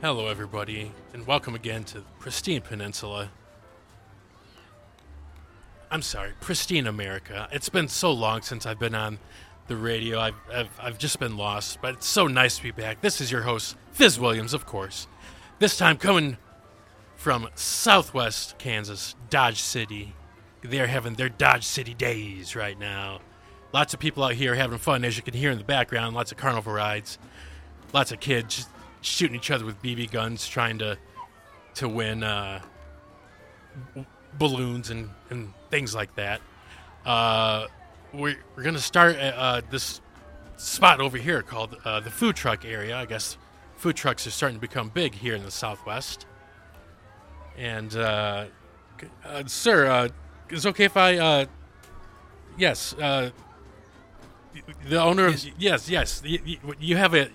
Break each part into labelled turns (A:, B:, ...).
A: Hello, everybody, and welcome again to Pristine Peninsula. I'm sorry, Pristine America. It's been so long since I've been on the radio. I've, I've, I've just been lost, but it's so nice to be back. This is your host, Fizz Williams, of course. This time coming from southwest Kansas, Dodge City. They're having their Dodge City days right now. Lots of people out here having fun, as you can hear in the background, lots of carnival rides lots of kids shooting each other with BB guns, trying to to win uh, b- balloons and, and things like that. Uh, we're, we're gonna start at, uh, this spot over here called uh, the food truck area. I guess food trucks are starting to become big here in the Southwest. And uh, c- uh, sir, uh, is it okay if I? Uh, yes. Uh, the owner of yes, yes. You, you- you have a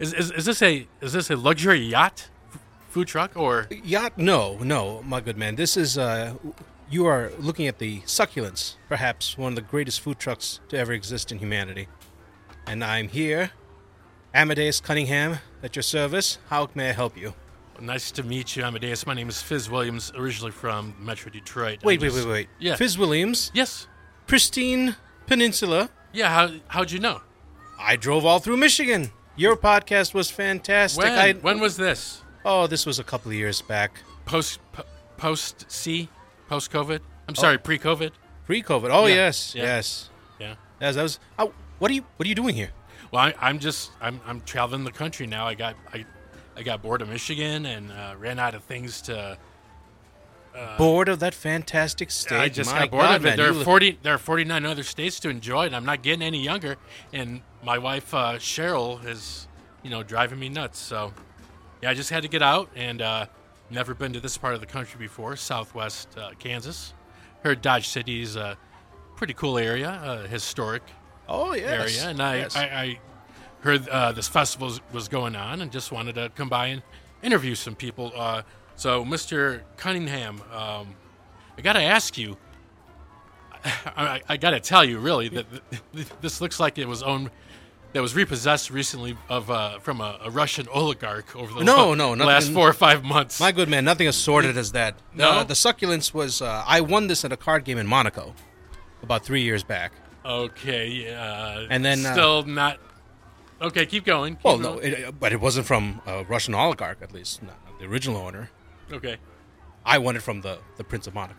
A: is, is, is this a is this a luxury yacht f- food truck or
B: Yacht? No, no, my good man. This is, uh, you are looking at the succulents, perhaps one of the greatest food trucks to ever exist in humanity. And I'm here, Amadeus Cunningham, at your service. How may I help you?
A: nice to meet you, Amadeus. My name is Fizz Williams, originally from Metro Detroit. I'm
B: Wait, wait,
A: just-
B: wait, wait.
A: Yeah.
B: Fizz Williams,
A: Yes.
B: Pristine Peninsula.
A: Yeah. How how'd you know?
B: I drove all through Michigan. Your podcast was fantastic.
A: When
B: I,
A: when was this?
B: oh, this was a couple of years back.
A: Post po- post C post COVID.
B: Oh.
A: I'm sorry, pre COVID.
B: Pre COVID. Oh,
A: Yeah,
B: yes,
A: yeah.
B: yes.
A: Yeah.
B: Yes, that was. Oh, what, are you, what are you doing here?
A: Well, I, I'm just I'm I'm traveling the country now. I got I I got bored of Michigan and uh, ran out of things to.
B: bored of that fantastic state.
A: I just
B: My
A: got bored
B: God,
A: of it.
B: man,
A: There
B: you
A: are
B: look-
A: forty. There are forty nine other states to enjoy, and I'm not getting any younger. And my wife uh, Cheryl is, you know, driving me nuts. So, yeah, I just had to get out, and uh, never been to this part of the country before, Southwest uh, Kansas. Heard Dodge City is a pretty cool area, uh, historic
B: oh yes,
A: area, and I,
B: yes.
A: I, I heard uh, this festival was- was going on, and just wanted to come by and interview some people. Uh, so, Mr. Cunningham, um, I got to ask you. I, I got to tell you, really, that th- this looks like it was owned, that was repossessed recently of uh, from a, a Russian oligarch over the
B: No,
A: la-
B: no, nothing-
A: last four or five months.
B: my good man, nothing as sordid as that.
A: No?
B: Uh, the succulents was. Uh, I won this at a card game in Monaco, about three years back.
A: okay, yeah,
B: And then, uh,
A: still not. Okay, keep going. keep
B: Well, no,
A: going.
B: it, uh, but it wasn't from a Russian oligarch, at least not the original owner.
A: okay,
B: I won it from the the Prince of Monaco.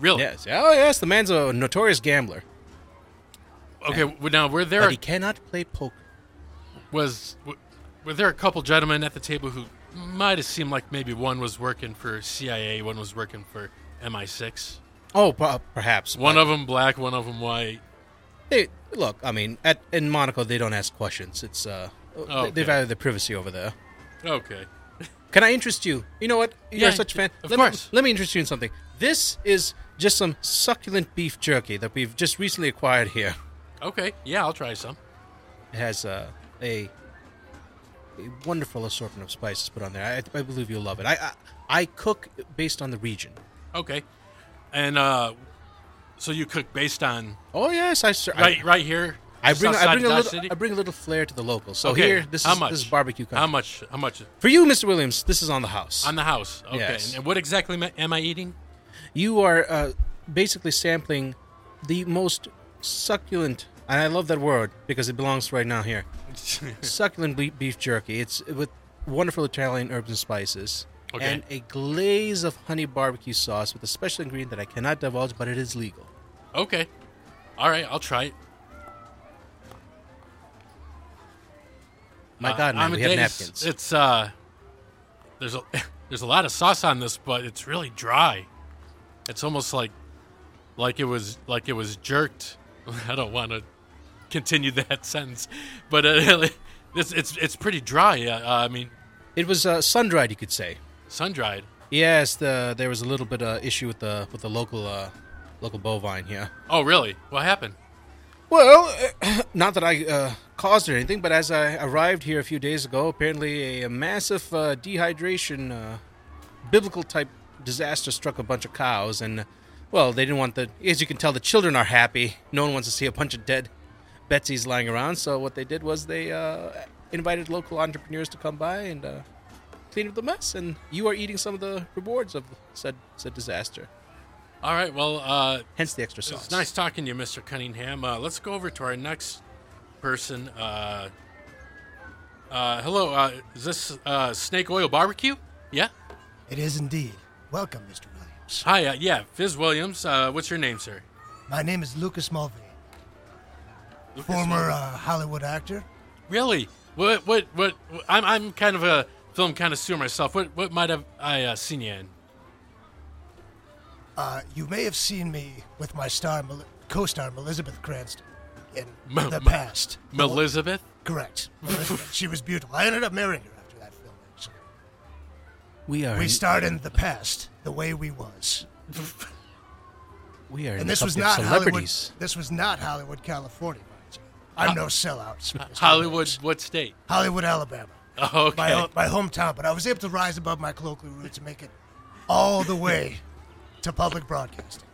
A: really?
B: Yes, oh yes, the man's a notorious gambler,
A: Okay, well, now were there
B: but he cannot play poker.
A: was w- were there a couple gentlemen at the table who might have seemed like maybe one was working for CIA, one was working for MI6.
B: Oh, per- perhaps
A: One
B: but
A: of them black, one of them white.
B: they look. I mean, at in Monaco they don't ask questions. It's uh,
A: Oh, Okay.
B: they, they value their privacy over there.
A: Okay.
B: Can I interest you? You know what? You're
A: Yeah,
B: such a fan.
A: of
B: let
A: course.
B: Me, let me interest you in something. This is just some succulent beef jerky that we've just recently acquired here.
A: Okay. Yeah, I'll try some.
B: It has uh, a, a wonderful assortment of spices put on there. I, I believe you'll love it. I, I I cook based on the region.
A: Okay. And uh so you cook based on
B: Oh yes, I ser-
A: right right here.
B: I, I bring
A: south side
B: I bring
A: of
B: a
A: Dodge
B: little
A: City?
B: I bring a little flair to the local. So
A: Okay,
B: here this
A: how
B: is
A: much?
B: this is barbecue country.
A: How much? How much
B: For you, Mr. Williams, this is on the house.
A: on the house? Okay.
B: Yes.
A: And what exactly am I- am I eating?
B: you are uh, basically sampling the most succulent and i love that word because it belongs right now here succulent ble- beef jerky it's with wonderful italian herbs and spices
A: Okay.
B: and a glaze of honey barbecue sauce with a special ingredient that i cannot divulge but it is legal
A: okay. All right, I'll try it.
B: my
A: Uh,
B: god man, we have
A: Amadeus,
B: napkins
A: It's uh, there's a there's a lot of sauce on this, but it's really dry. It's almost like like it was like it was jerked. I don't want to continue that sentence, but uh, it's it's it's pretty dry. Uh, I mean,
B: it was uh, sun-dried you could say
A: sun dried.
B: yes the there was a little bit uh, issue with the with the local uh, local bovine here
A: Oh, really? What happened?
B: Well, not that I uh, caused or anything, but as I arrived here a few days ago, apparently a, massive uh, dehydration, uh, biblical type disaster struck a bunch of cows, and well, they didn't want the. As you can tell, the children are happy. No one wants to see a bunch of dead Betsy's lying around. So what they did was they uh, invited local entrepreneurs to come by and uh, clean up the mess, and you are eating some of the rewards of said said disaster.
A: All right. Well, uh,
B: Hence the extra sauce.
A: it's nice talking to you, Mr. Cunningham. Uh, let's go over to our next person. Uh, uh, hello. Uh, is this uh, Snake Oil Barbecue? Yeah.
C: It is indeed. Welcome, Mr. Williams.
A: Hi. Uh, yeah. Fizz Williams. Uh, what's your name, sir?
C: My name is Lucas Mulvey,
A: Lucas
C: former uh, Hollywood actor.
A: Really? What? What? What? I'm I'm kind of a film connoisseur myself. What? What might have I uh, seen you in?
C: Uh, you may have seen me with my star, Mel- co-star Elizabeth Cranston, in
A: Ma-
C: the
A: ma-
C: past.
A: Elizabeth.
C: Correct. Elizabeth. she was beautiful. I ended up marrying her after that film. Actually.
B: we are
C: We starred in the past, the way we was,
B: we are in
C: and
B: the
C: this was
B: company
C: not
B: of
C: Hollywood.
B: celebrities.
C: This was not Hollywood, California. mind you. I'm no sellout. Mr.
A: Hollywood.
C: Williams.
A: What state?
C: Hollywood, Alabama.
A: Oh, okay.
C: my, my hometown, but I was able to rise above my colloquial roots and make it all the way to public broadcasting.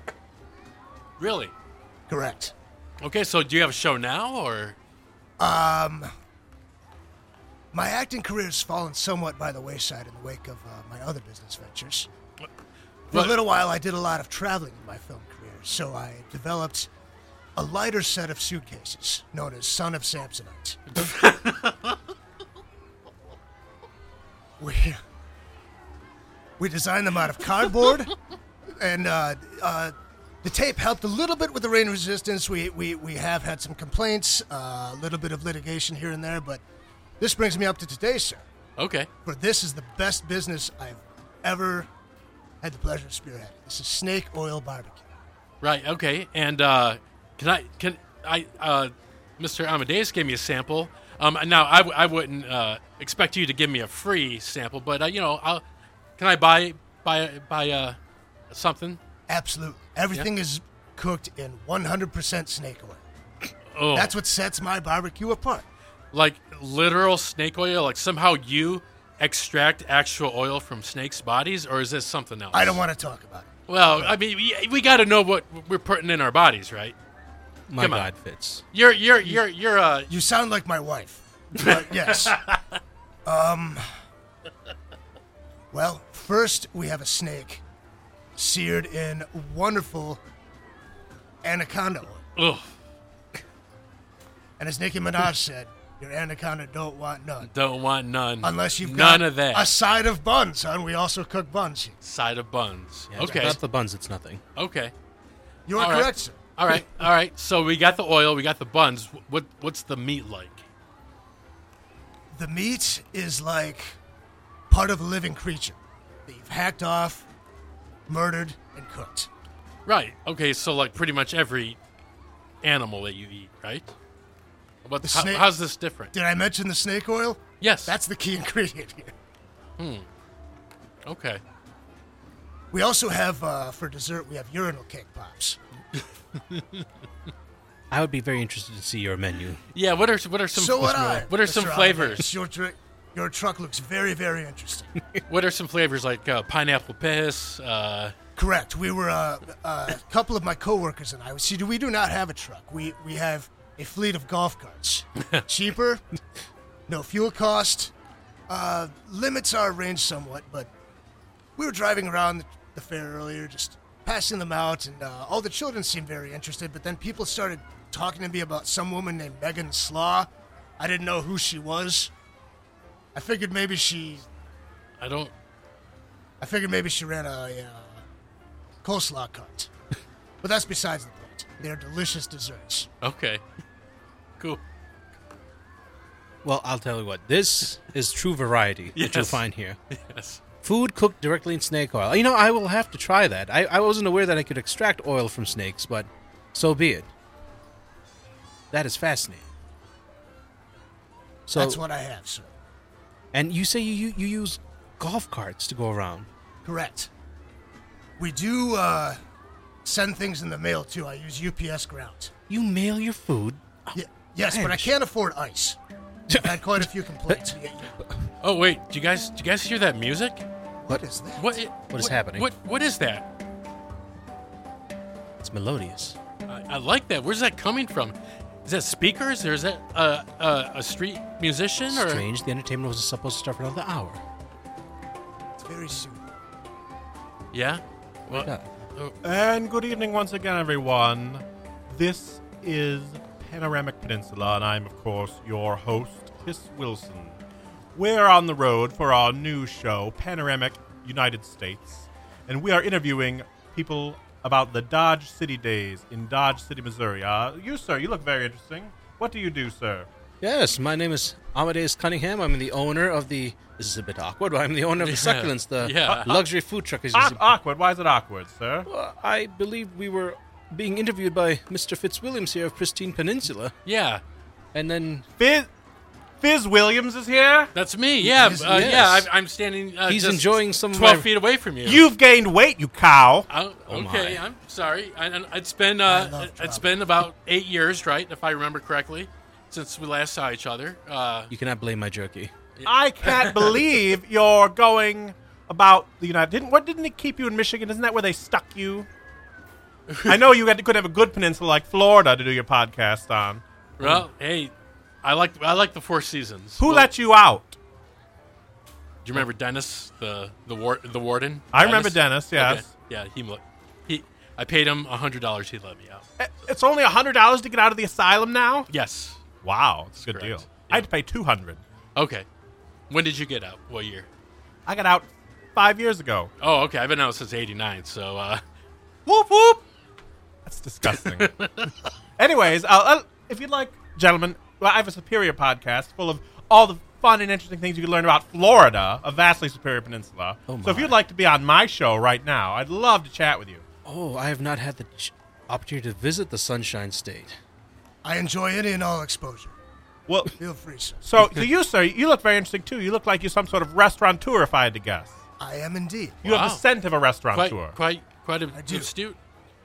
A: Really?
C: Correct.
A: Okay. So do you have a show now, or?
C: My acting career has fallen somewhat by the wayside in the wake of uh, my other business ventures. For
A: Well-
C: a little while, I did a lot of traveling in my film career, so I developed a lighter set of suitcases known as Son of Samsonite. we, we designed them out of cardboard, and uh, uh, the tape helped a little bit with the rain resistance. We, we, we have had some complaints, uh, a little bit of litigation here and there, but this brings me up to today, sir
A: Okay.
C: for this is the best business I've ever had the pleasure of spearheading. This is Snake Oil Barbecue.
A: Right. Okay. And uh, can I can I uh, Mr. Amadeus gave me a sample. Um, now I, w- I wouldn't uh, expect you to give me a free sample, but uh, you know, I'll, can I buy buy buy uh, something?
C: Absolutely. Everything is cooked in 100% snake oil.
A: Oh,
C: That's what sets my barbecue apart.
A: like literal snake oil. Like somehow you extract actual oil from snakes' bodies, or is this something else?
C: I don't want to talk about it.
A: Well, I mean, we, we got to know what we're putting in our bodies, right?
B: My
A: Come on.
B: God, Fitz.
A: You're you're you're you're uh,
C: You sound like my wife. But yes. um, well, first we have a snake seared in wonderful anaconda oil.
A: ugh,
C: And as Nicki Minaj said, your anaconda don't want none.
A: don't want none
C: Unless you've
A: none
C: got
A: of that.
C: a side of buns, son. We also cook buns. here.
A: side of buns.
B: Yeah,
A: okay.
B: Without the buns, it's nothing.
A: Okay.
C: You are
A: All right.
C: correct, sir.
A: All right. All right. So we got the oil. We got the buns. What What's the meat like?
C: The meat is like part of a living creature that you've hacked off, murdered, and cooked.
A: Right. Okay. So like pretty much every animal that you eat, right? But
C: The
A: how,
C: snake-
A: how's this different?
C: Did I mention the snake oil?
A: yes.
C: That's the key ingredient here.
A: okay.
C: We also have, uh, for dessert, we have urinal cake pops.
B: I would be very interested to see your menu.
A: Yeah. What are What are some
C: so would I.
A: What are some
C: Mr. Alvarez.
A: flavors?
C: Your, dri- your truck looks very, very interesting.
A: what are some flavors like uh, pineapple piss? Uh,
C: Correct. We were uh, uh, a couple of my coworkers and I. See, do we do not have a truck. We we have a fleet of golf carts. Cheaper, no fuel cost. Uh, limits our range somewhat, but we were driving around the, the fair earlier, just passing them out, and uh, all the children seemed very interested. But then people started talking to me about some woman named Megan Slaw. I didn't know who she was. I figured maybe she
A: I don't.
C: I figured maybe she ran a uh, coleslaw cart. but that's besides the point. They're delicious desserts.
A: Okay. Cool.
B: Well, I'll tell you what. This is true variety that you'll
A: Yes.
B: find here.
A: Yes.
B: Food cooked directly in snake oil. You know, I will have to try that. I, I wasn't aware that I could extract oil from snakes, but so be it. That is fascinating. So,
C: that's what I have, sir.
B: and you say you, you, you use golf carts to go around.
C: Correct. We do uh, send things in the mail too. I use UPS ground.
B: You mail your food.
C: Ye- yes, but I
B: Ouch.
C: can't afford ice. I've had quite a few complaints.
A: Oh wait. Do you guys Do you guys hear that music?
C: what is that?
A: What
B: What is happening?
A: What What is that?
B: It's melodious.
A: I, I like that. Where's that coming from? Is that speakers or is that uh, uh, a street musician or
B: Strange. The entertainment was supposed to start for another hour.
C: very soon.
A: Yeah? Well, oh,
D: Yeah.
E: And good evening once again, everyone. This is Panoramic Peninsula, and I'm, of course, your host, Chris Wilson. We're on the road for our new show, Panoramic United States, and we are interviewing people about the Dodge City days in Dodge City, Missouri. Uh, you, sir, you look very interesting. What do you do, sir?
B: Yes, my name is Amadeus Cunningham. I'm the owner of the. This is a bit awkward, but I'm the owner of the
A: Yeah.
B: Succulents, the
A: Yeah.
B: luxury food truck. Is
E: Awk- awkward. Why is it awkward, sir?
B: Well, I believe we were being interviewed by Mr. Fitzwilliams here of Pristine Peninsula,
A: yeah.
B: and then
E: Fizz, Fizz Williams is here.
A: That's me. Yeah.
B: Yes,
A: uh,
B: yes.
A: Yeah. I'm, I'm standing. Uh,
B: He's
A: just
B: enjoying some of
A: 12
B: my-
A: feet away from you.
E: You've gained weight, you cow.
A: Oh, okay.
B: my.
A: I'm sorry. I, I- it's been
C: I
A: uh,
C: love
A: it- it's
C: trouble.
A: been about eight years, right? If I remember correctly, since we last saw each other. Uh,
B: you cannot blame my jerky.
E: I can't believe you're going about the United. Didn't what didn't it keep you in Michigan? Isn't that where they stuck you? I know you had, could have a good peninsula like Florida to do your podcast on.
A: well, hey, I like I like the Four Seasons.
E: Hmm. Who
A: Well,
E: let you out?
A: Do you remember Dennis the the war, the warden?
E: I remember Dennis. Yes,
A: Okay. Yeah. He let- he. I paid him hundred dollars. He let me out.
E: I- Eh, it's only hundred dollars to get out of the asylum now.
A: Yes.
E: Wow, it's a good
A: Correct.
E: deal. I had to pay two hundred.
A: Okay. When did you get out? What year?
E: I got out five years ago.
A: Oh, okay. I've been out since '89. So, uh,
E: Whoop whoop. That's disgusting. Anyways, I'll, I'll, if you'd like, gentlemen, well, I have a superior podcast full of all the fun and interesting things you can learn about Florida, a vastly superior peninsula.
B: Oh
E: so if
B: my.
E: you'd like to be on my show right now, I'd love to chat with you.
B: Oh, I have not had the ch- opportunity to visit the Sunshine State.
C: I enjoy any and all exposure.
E: Well,
C: Feel free, sir.
E: so to you, sir, you look very interesting too. You look like you're some sort of restaurateur, if I had to guess.
C: I am indeed.
E: You have
A: Wow.
E: the scent of a
A: quite
E: restaurateur.
A: quite quite a
C: do.
A: astute.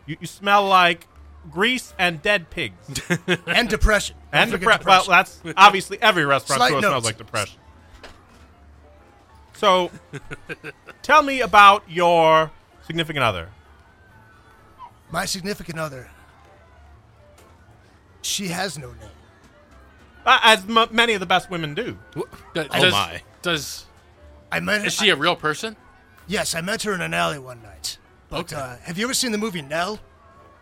E: You, you smell like grease and dead pigs.
C: And depression. Don't
E: and
C: forget
E: depre- well,
C: depression.
E: that's obviously every restaurant
C: Slight
E: tour smells
C: notes.
E: like depression. So, tell me about your significant other.
C: My significant other. She has no name.
E: Uh, as m- many of the best women do.
A: Does,
B: Oh
A: does-
B: my.
A: Does
C: I met.
A: is she a real person?
C: Yes, I met her in an alley one night. But
A: Okay.
C: uh, have you ever seen the movie Nell?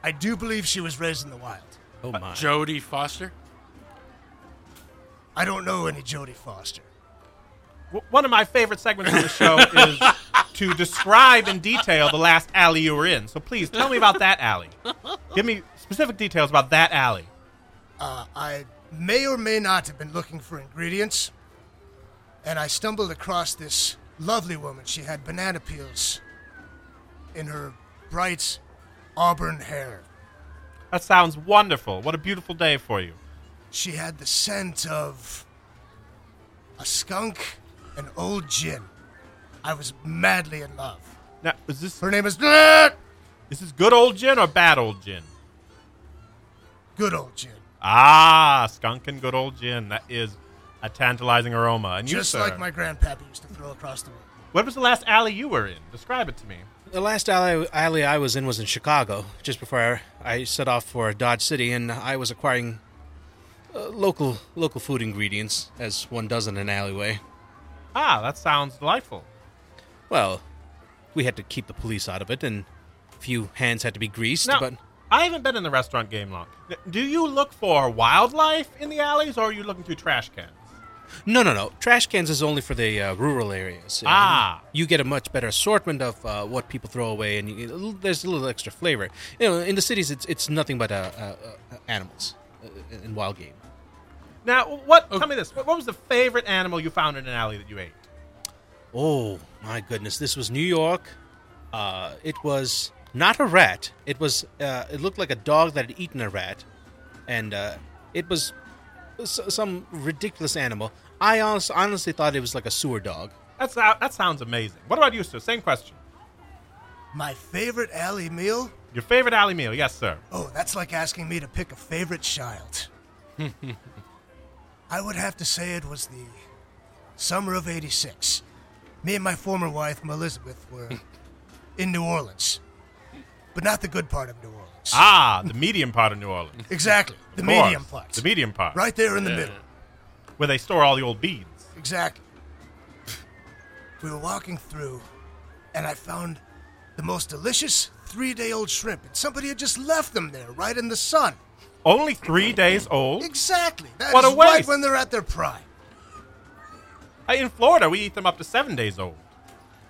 C: I do believe she was raised in the wild.
B: Oh
A: Uh,
B: my!
A: Jodie Foster.
C: I don't know any Jodie Foster.
E: W- one of my favorite segments of the show is to describe in detail the last alley you were in. So please tell me about that alley. Give me specific details about that alley.
C: Uh, I may or may not have been looking for ingredients, and I stumbled across this lovely woman. She had banana peels in her bright auburn hair.
E: That sounds wonderful. What a beautiful day for you.
C: She had the scent of a skunk and old gin. I was madly in love.
E: Now, is this
C: Her name is Good
E: is this good old gin or bad old gin?
C: Old Gin.
E: Ah, skunk and good old gin. That is a tantalizing aroma. And you,
C: Just
E: sir,
C: like my grandpappy used to throw across the room.
E: what was the last alley you were in? Describe it to me.
B: The last alley, alley I was in was in Chicago, just before I set off for Dodge City, and I was acquiring uh, local local food ingredients, as one does in an alleyway.
E: Ah, that sounds delightful.
B: Well, we had to keep the police out of it, and a few hands had to be greased.
E: Now,
B: but
E: I haven't been in the restaurant game long. N- Do you look for wildlife in the alleys, or are you looking through trash cans?
B: no, no, no. Trash cans is only for the uh, rural areas. you know.
E: Ah.
B: you get a much better assortment of uh, what people throw away, and you, a little- there's a little extra flavor. You know, in the cities, it's it's nothing but uh, uh, uh, animals uh, and wild game.
E: Now, what?
C: Oh.
E: Tell me this. What, what was the favorite animal you found in an alley that you ate?
B: Oh my goodness! This was New York. Uh, it was not a rat. It was. Uh, it looked like a dog that had eaten a rat, and uh, it was s- some ridiculous animal. I honest, honestly thought it was like a sewer dog.
E: That's uh, that sounds amazing. What about you, sir? Same question.
C: My favorite alley meal?
E: Your favorite alley meal? Yes, sir.
C: Oh, that's like asking me to pick a favorite child. I would have to say it was the summer of 86. Me and my former wife, Elizabeth, were in New Orleans. But not the good part of New Orleans.
E: Ah, the medium part of New Orleans.
C: exactly. The
E: Of course.
C: medium part.
E: The medium part.
C: right there in the middle.
E: Where they store all the old beads.
C: Exactly. We were walking through, and I found the most delicious three day old shrimp, and somebody had just left them there right in the sun.
E: Only three days old.
C: Exactly. That's
E: What a
C: right
E: waste.
C: when they're at their prime.
E: Hey, In Florida, we eat them up to seven days old.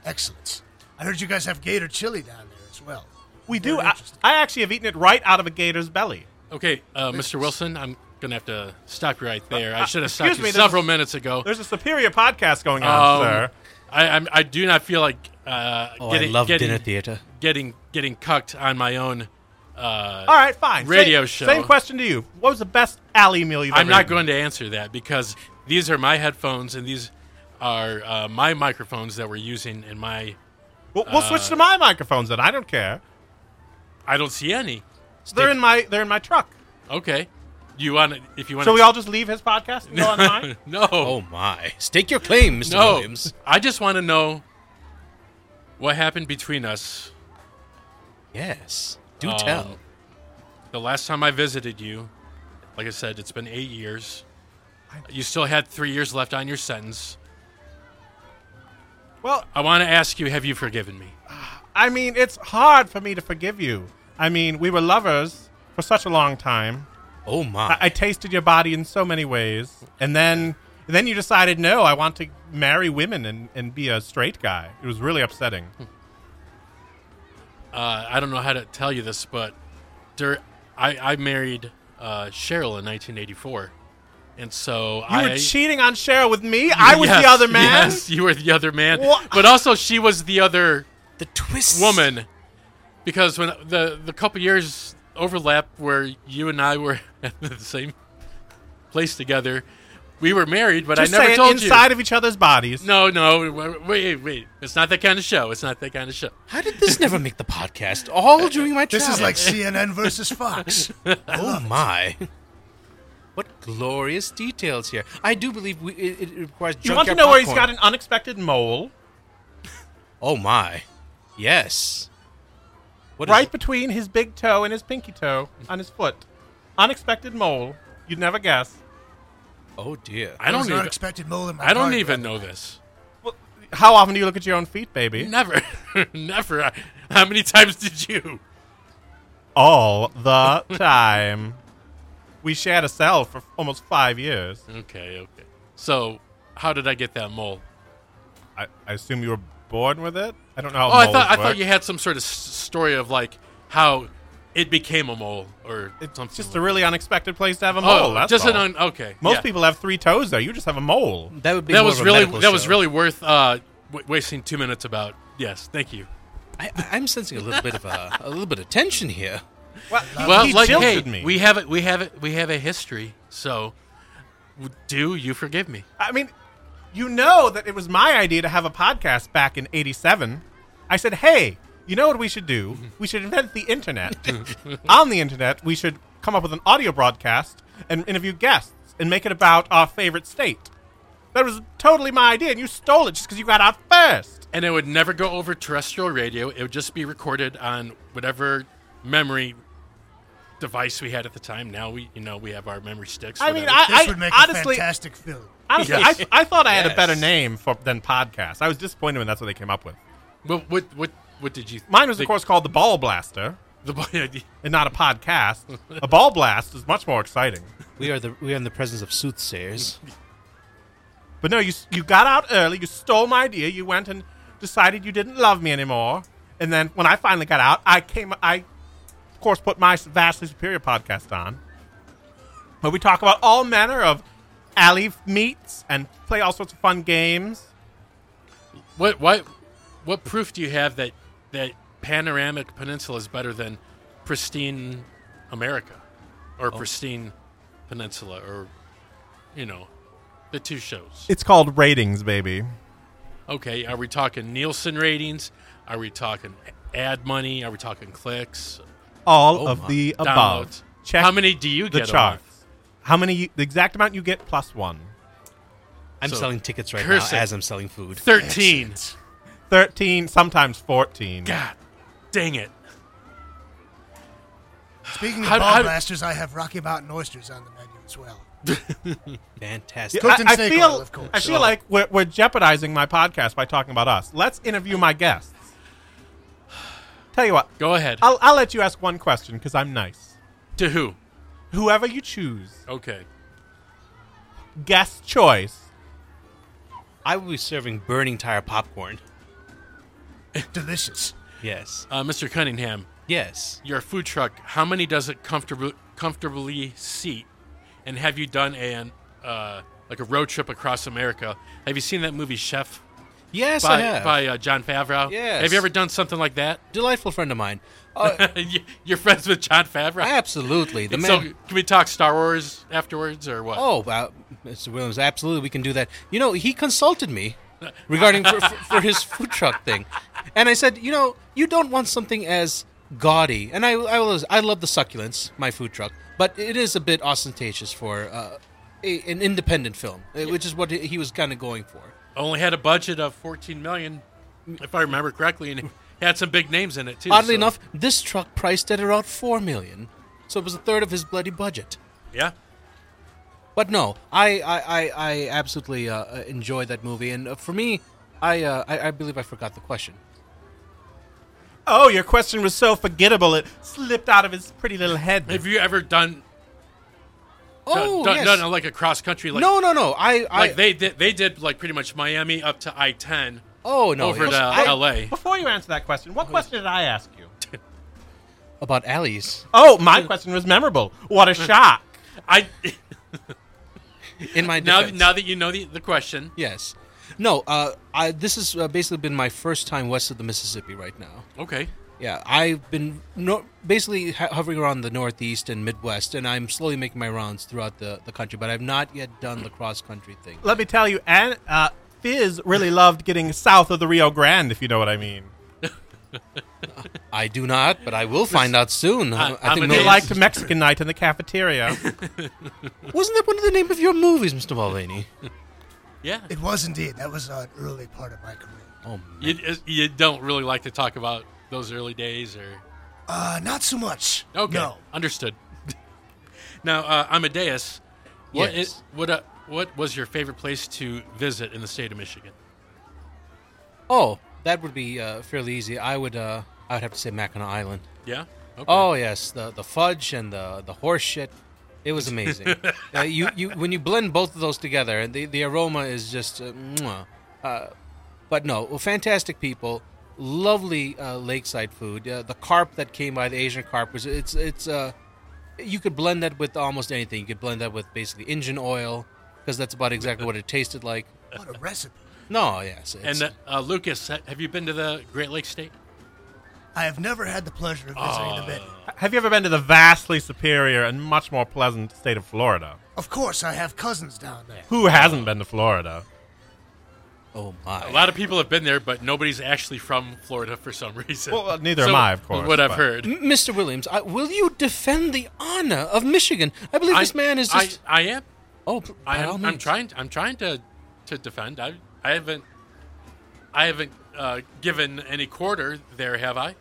C: Excellent. I heard you guys have gator chili down there as well.
E: We do.
C: Very
E: I,
C: interesting.
E: I actually have eaten it right out of a gator's belly.
A: Okay, uh, Mr. Wilson, I'm gonna have to stop you right there.
E: Uh,
A: I should have
E: excuse
A: stopped you
E: me, there's
A: several
E: a-
A: minutes ago.
E: There's a superior podcast going on,
A: Um,
E: sir.
A: I, I'm, I do not feel like uh,
B: Oh,
A: getting,
B: I love
A: getting,
B: dinner theater.
A: getting getting cucked on my own. Uh,
E: All right, fine.
A: radio
E: same,
A: show.
E: Same question to you. What was the best alley meal you've
A: I'm
E: ever
A: not
E: eaten?
A: going to answer that because these are my headphones and these are uh, my microphones that we're using in my.
E: We'll, we'll switch
A: uh,
E: to my microphones then. I don't care.
A: I don't see any.
E: They're in my they're in my truck.
A: Okay, you want to if you want.
E: So we all just leave his podcast and go on mine.
A: no.
B: Oh my! Stake your claim, Mr.
A: No,
B: Williams.
A: I just want to know what happened between us
B: Yes. Do
A: Um,
B: tell.
A: the last time I visited you. Like I said, it's been eight years. You still had three years left on your sentence.
E: Well,
A: I want to ask you: Have you forgiven me?
E: I mean, it's hard for me to forgive you. I mean, we were lovers for such a long time.
B: Oh my!
E: I, I tasted your body in so many ways, and then and then you decided, no, I want to marry women and, and be a straight guy. It was really upsetting.
A: Uh, I don't know how to tell you this, but dur- I, I married uh, Cheryl in 1984, and so
E: You
A: I
E: were cheating on Cheryl with me. I was
A: Yes,
E: the other man.
A: Yes, you were the other man,
E: Wha-
A: but also she was the other
B: the twist.
A: woman because when the the couple years overlap where you and I were at the same place together, we were married, but
E: Just
A: I never
E: saying,
A: told
E: inside
A: you.
E: of each other's bodies.
A: no, no, wait, wait, wait. It's not that kind of show. It's not that kind of show.
B: How did this never make the podcast? All during my
C: This is
B: travel.
C: like CNN versus Fox.
B: oh my! What glorious details here! I do believe we, it, it requires.
E: You want to know where he's got an unexpected mole
B: Oh my! Yes. What is-
E: right between his big toe and his pinky toe on his foot. Unexpected mole. You'd never guess.
B: oh dear!
A: I
C: There
A: don't
C: was an
A: even.
C: unexpected mole in my
A: I don't
C: car.
A: even know this.
E: Well, how often do you look at your own feet, baby?
A: Never, never. I- How many times did you?
E: All the time. We shared a cell for almost five years.
A: Okay, okay. So, how did I get that mole?
E: I, I assume you were born with it. I don't know. How
A: Oh, I
E: moles
A: thought I
E: work.
A: thought you had some sort of s- story of like how it became a mole or
E: It's
A: something.
E: just
A: like-
E: a really unexpected place to have a mole.
A: oh,
E: that's
A: just
E: all.
A: an un- okay.
E: Most
A: yeah.
E: people have three toes though. You just have a mole.
B: That would be
A: that
B: more
A: was
B: of a
A: really
B: medical
A: that was
B: show.
A: really worth uh, w- wasting two minutes about. Yes, thank you.
B: I, I- I'm sensing a little bit of a, a little bit of tension here.
E: Well, he,
A: Well,
E: he
A: like hey,
E: jilted me.
A: we have it, we have it, we have a history. So, w- do you forgive me?
E: I mean, you know that it was my idea to have a podcast back in '87. I said, hey, you know what we should do? We should invent the internet. On the internet, we should come up with an audio broadcast and interview guests and make it about our favorite state. That was totally my idea, and you stole it just because you got out first.
A: And it would never go over terrestrial radio. It would just be recorded on whatever memory device we had at the time. Now we, you know, we have our memory sticks.
E: I mean,
A: whatever.
E: I,
C: This
E: I
C: would make
E: honestly,
C: a fantastic film.
E: Honestly,
A: Yes.
E: I, I thought I had a
B: Yes.
E: better name for than podcast. I was disappointed when that's what they came up with.
A: What what what what did you?
E: Mine was, of
A: think?
E: course, called the Ball Blaster,
A: the boy.
E: and not a podcast. a ball blast is much more exciting.
B: We are the we are in the presence of soothsayers.
E: But no, you s- you got out early. You stole my idea. You went and decided you didn't love me anymore. And then when I finally got out, I came. I, of course, put my vastly superior podcast on, where we talk about all manner of alley meets and play all sorts of fun games.
A: What what what proof do you have that that panoramic peninsula is better than pristine America
E: Oh.
A: or pristine peninsula or you know the two shows?
E: It's called ratings, baby.
A: Okay, are we talking Nielsen ratings? Are we talking ad money? Are we talking clicks?
E: all
B: Oh
E: of
B: my.
E: the above.
A: Downloads?
E: Check
A: How many do you
E: the
A: get? a
E: charts.
A: month?
E: How many? You, the exact amount you get plus one.
B: I'm
A: So,
B: selling tickets right
A: curse it.
B: now as I'm selling food.
A: Thirteen.
E: Thirteen, sometimes fourteen.
A: God, dang it!
C: Speaking of
A: How-
C: ball
A: how-
C: blasters, I have Rocky Mountain oysters on the menu as well.
B: Fantastic.
C: Cooked in
E: I, I
C: snake
E: feel,
C: oil, of course.
E: I feel like we're, we're jeopardizing my podcast by talking about us. Let's interview my guests. Tell you what,
A: Go ahead.
E: I'll, I'll let you ask one question because I'm nice.
A: to who?
E: Whoever you choose,
A: Okay.
E: guest choice.
B: I will be serving burning tire popcorn.
C: Delicious.
B: Yes.
A: Uh, Mr. Cunningham,
B: Yes.
A: your food truck, how many does it comfortably comfortably seat? And have you done an uh, like a road trip across America? Have you seen that movie Chef
B: Yes, I
A: by,
B: have.
A: by uh, John Favreau?
B: Yes.
A: Have you ever done something like that?
B: Delightful friend of mine. Uh,
A: You- You're friends with John Favreau.
B: absolutely. The
A: so
B: man.
A: can we talk Star Wars afterwards or what?
B: Oh, wow, Mr. Williams, absolutely, we can do that. You know, he consulted me regarding for, for, for his food truck thing, and I said, you know, you don't want something as gaudy, and I, I was, I love the succulents, my food truck, but it is a bit ostentatious for uh, a, an independent film, uh, which is what he he was kind of going for.
A: Only had a budget of 14 million, if I remember correctly, and it had some big names in it too.
B: Oddly
A: so-
B: enough, this truck priced at around four million, so it was a third of his bloody budget.
A: yeah.
B: But no, I I, I, I absolutely uh, uh, enjoyed that movie, and uh, for me, I, uh, I I believe I forgot the question.
E: Oh, your question was so forgettable it slipped out of his pretty little head.
A: Have you ever done
B: Oh
A: done,
B: yes.
A: done, done, like a cross country like
B: no, no, no. I, I
A: like they did they did like pretty much Miami up to I ten
B: oh no
A: over
B: yes,
A: to
B: I-
A: L.A.
E: Before you answer that question, what question did I ask you?
B: about alleys
E: Oh, my question was memorable. What a shock.
A: I
B: in my
A: now
B: defense.
A: now that you know the, the question,
B: yes, no. Uh, I this has uh, basically been my first time west of the Mississippi right now.
A: okay,
B: Yeah, I've been no, basically ho- hovering around the Northeast and Midwest, and I'm slowly making my rounds throughout the, the country. But I've not yet done the cross country thing.
E: Let me tell you, and uh, Fizz really loved getting south of the Rio Grande, if you know what I mean.
B: I do not, but I will find out soon. I, I
A: I'm
B: think
A: an
B: no-
E: He
A: Yes.
E: liked Mexican night in the cafeteria.
B: Wasn't that one of the name of your movies, Mr. Mulvaney?
A: yeah.
C: It was indeed. That was an early part of my career.
B: Oh,
A: You, you don't really like to talk about those early days or
C: Uh, not so much.
A: Okay.
C: No.
A: Understood. now, uh, Amadeus, what
B: Yes.
A: is- what uh, what was your favorite place to visit in the state of Michigan?
B: oh, that would be uh, fairly easy. I would, uh, I would have to say Mackinac Island.
A: Yeah. Okay.
B: Oh yes, the the fudge and the the horse shit. It was amazing. uh, you you when you blend both of those together, the the aroma is just. Uh, mwah. Uh, but no, well, fantastic people, lovely uh, lakeside food. Uh, the carp that came by, the Asian carp was it's it's. Uh, you could blend that with almost anything. You could blend that with basically engine oil, because that's about exactly what it tasted like.
C: What a recipe.
B: No, yes, it's,
A: And uh, Lucas, ha- have you been to the Great Lakes State?
C: I have never had the pleasure of visiting the Benton.
E: Have you ever been to the vastly superior and much more pleasant state of Florida?
C: Of course, I have cousins down there.
E: Who hasn't been to Florida?
A: uh,
B: oh
A: A
B: my.
A: lot of people have been there, but nobody's actually from Florida for some reason.
E: Well, uh, neither am I, of course,
A: What I've
E: but-
A: heard.
B: M- Mr. Williams, I, will you defend the honor of Michigan? I believe this
A: I-
B: man is just.
A: I, I am.
B: Oh,
A: I
B: by all
A: am. I'm
B: means.
A: trying. I'm trying to to defend. I I haven't. I haven't uh, given any quarter there, have I?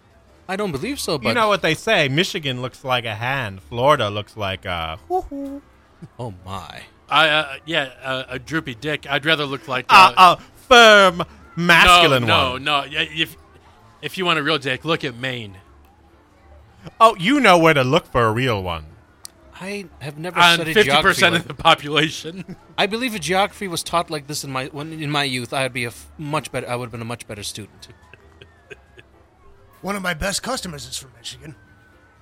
B: I don't believe so, but
E: You know what they say Michigan looks like a hand, Florida looks like a.
B: oh my!
A: I uh, yeah, uh, a droopy dick. I'd rather look like uh,
E: a, a firm, masculine
A: no,
E: one.
A: No, no, Yeah, If if you want a real dick, look at Maine.
E: Oh, you know where to look for a real one.
B: I have never
A: On
B: studied
A: fifty
B: geography.
A: percent
B: like-
A: of the population.
B: I believe if geography was taught like this in my when, in my youth, I'd be a f- much better. I would have been a much better student.
C: One of my best customers is from Michigan,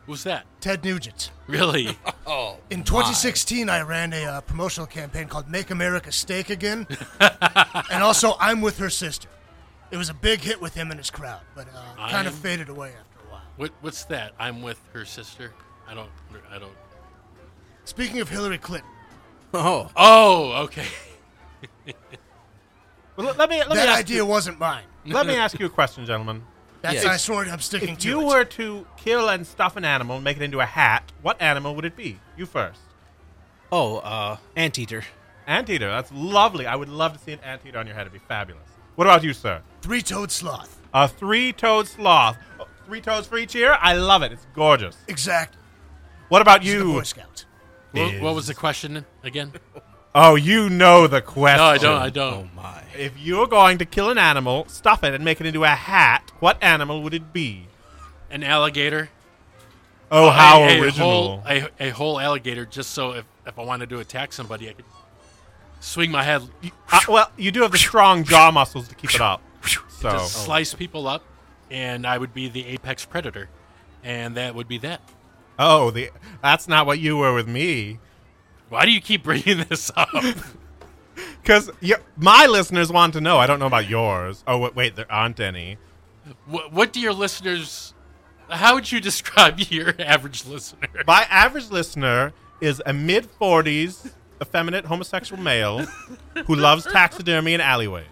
A: Who's that?
C: Ted Nugent.
A: Really?
B: Oh,
C: In 2016, I ran a uh, promotional campaign called Make America Steak Again, and also I'm With Her Sister. It was a big hit with him and his crowd, but uh, kind
A: I'm-
C: of faded away after a while.
A: What, what's that? I'm with her sister. I don't. I don't.
C: Speaking of Hillary Clinton,
B: oh,
A: Oh, okay.
E: Well, let me, let, me
C: that
E: ask
C: idea wasn't mine.
E: you, let me ask you a question, gentlemen.
C: That's
B: Yes.
C: I swore I'm sticking
E: If
C: to
E: you
C: it.
E: were to kill and stuff an animal and make it into a hat, what animal would it be? You first.
B: oh, uh, anteater.
E: Anteater. That's lovely. I would love to see an anteater on your head. It'd be fabulous. What about you, sir?
C: Three-toed sloth.
E: A three-toed sloth. Oh, Three toes for each ear. I love it. It's gorgeous.
C: Exactly.
E: What about
C: He's a
E: you,
C: Boy Scout.
A: What, what was the question again?
E: Oh, you know the question.
A: No, I don't. I don't.
B: Oh my.
E: If you're going to kill an animal, stuff it, and make it into a hat, what animal would it be?
A: An alligator.
E: Oh,
A: A-
E: how
A: a,
E: original.
A: Whole, a, a whole alligator, just so if, if I wanted to attack somebody, I could swing my head,
E: Uh, well, you do have the strong jaw muscles to keep it up. So,
A: just slice people up, and I would be the apex predator, and that would be that.
E: oh, the that's not what you were with me.
A: Why do you keep bringing this up?
E: Because my listeners want to know. I don't know about yours. Oh, wait, wait there aren't any.
A: what, what do your listeners? How would you describe your average listener?
E: My average listener is a mid 40s effeminate homosexual male who loves taxidermy and alleyways.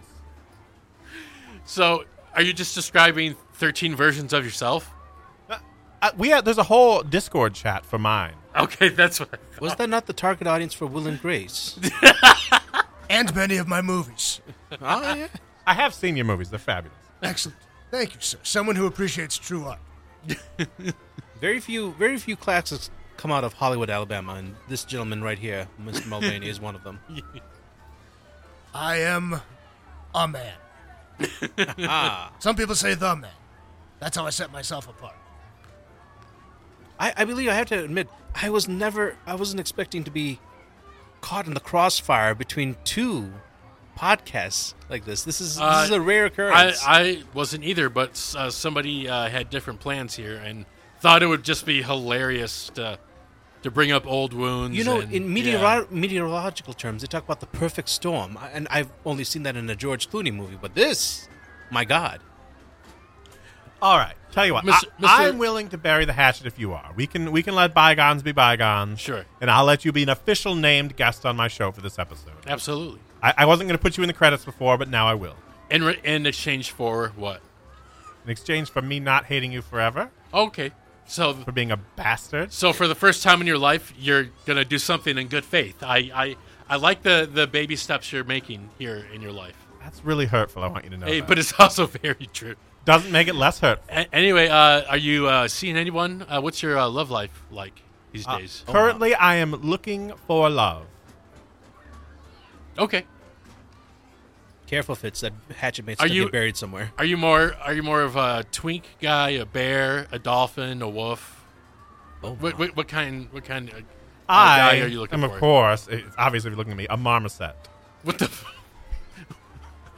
A: So, are you just describing thirteen versions of yourself?
E: Uh, we have, there's a whole Discord chat for mine.
A: Okay, that's what. I thought.
B: Was that not the target audience for Will and Grace?
C: and many of my movies.
B: ah, yeah.
E: I have seen your movies; they're fabulous.
C: Excellent. Thank you, sir. Someone who appreciates true art.
B: Very few, very few classics come out of Hollywood, Alabama, and this gentleman right here, Mr. Mulvaney, is one of them.
C: I am a man. Some people say the man. That's how I set myself apart.
B: I, I believe I have to admit, I was never, I wasn't expecting to be caught in the crossfire between two podcasts like this. This is
A: Uh,
B: this is a rare
A: I,
B: occurrence.
A: I wasn't either, but uh, somebody uh, had different plans here and thought it would just be hilarious to, to bring up old wounds.
B: you know,
A: and-
B: in
A: yeah.
B: meteoro- meteorological terms, they talk about the perfect storm, I- and I've only seen that in a George Clooney movie. But this, my God,
E: All right, tell you what,
A: Mr.
E: I,
A: Mr.
E: am willing to bury the hatchet if you are. We can we can let bygones be bygones.
A: Sure.
E: and I'll let you be an official named guest on my show for this episode.
A: absolutely.
E: I, I wasn't going to put you in the credits before, but now I will.
A: In re- in exchange for what?
E: In exchange for me not hating you forever
A: Okay, so
E: for being a bastard.
A: so for the first time in your life, you're gonna do something in good faith. I I, I like the the baby steps you're making here in your life.
E: That's really hurtful. I want you to know.
A: Hey,
E: that.
A: but it's also very true.
E: doesn't make it less hurtful.
A: A- anyway, uh, are you uh, seeing anyone? Uh, what's your uh, love life like these
B: Uh,
A: days?
E: Currently, I am looking for love.
A: Okay.
B: careful, Fitz, that hatchet mate's
A: Are
B: gonna
A: you-
B: get buried somewhere.
A: Are you more are you more of a twink guy, a bear, a dolphin, a wolf?
B: Oh,
A: What, what, what kind what kind of
E: I
A: guy are you looking
E: am,
A: for?
E: of course, it's obviously if you're looking at me, a marmoset.
A: what the f-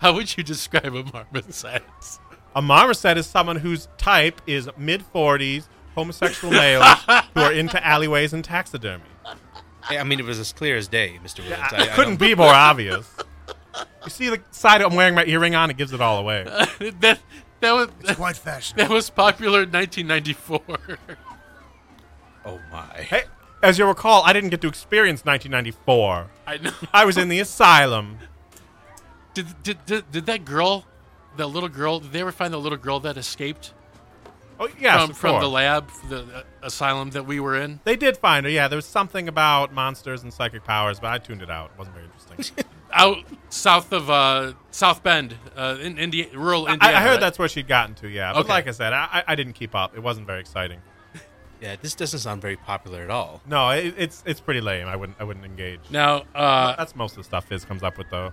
A: How would you describe a marmoset?
E: A marmoset is someone whose type is mid 40s, homosexual males who are into alleyways and taxidermy.
B: I mean, it was as clear as day, Mr. Williams. I, I
E: It couldn't
B: don't-
E: be more obvious. You see the side I'm wearing my earring on, it gives it all away.
A: that that was that,
C: Quite fashionable.
A: was popular in 1994.
B: Oh my!
E: Hey, as you recall, I didn't get to experience 1994.
A: I know.
E: I was in the asylum.
A: Did, did did did that girl, that little girl? Did they ever find the little girl that escaped
E: Oh, yes,
A: from
E: of
A: from the
E: course.
A: lab, the uh, asylum that we were in?
E: They did find her. Yeah, there was something about monsters and psychic powers, but I tuned it out. It wasn't very interesting.
A: out south of uh, South Bend, uh, in Indi- rural
E: I,
A: Indiana.
E: I heard
A: right?
E: that's where she'd gotten to. Yeah, but
A: Okay.
E: like I said, I, I- I didn't keep up. It wasn't very exciting.
B: Yeah, this doesn't sound very popular at all.
E: No, it, it's it's pretty lame. I wouldn't I wouldn't engage.
A: Now, uh,
E: That's most of the stuff Fizz comes up with, though.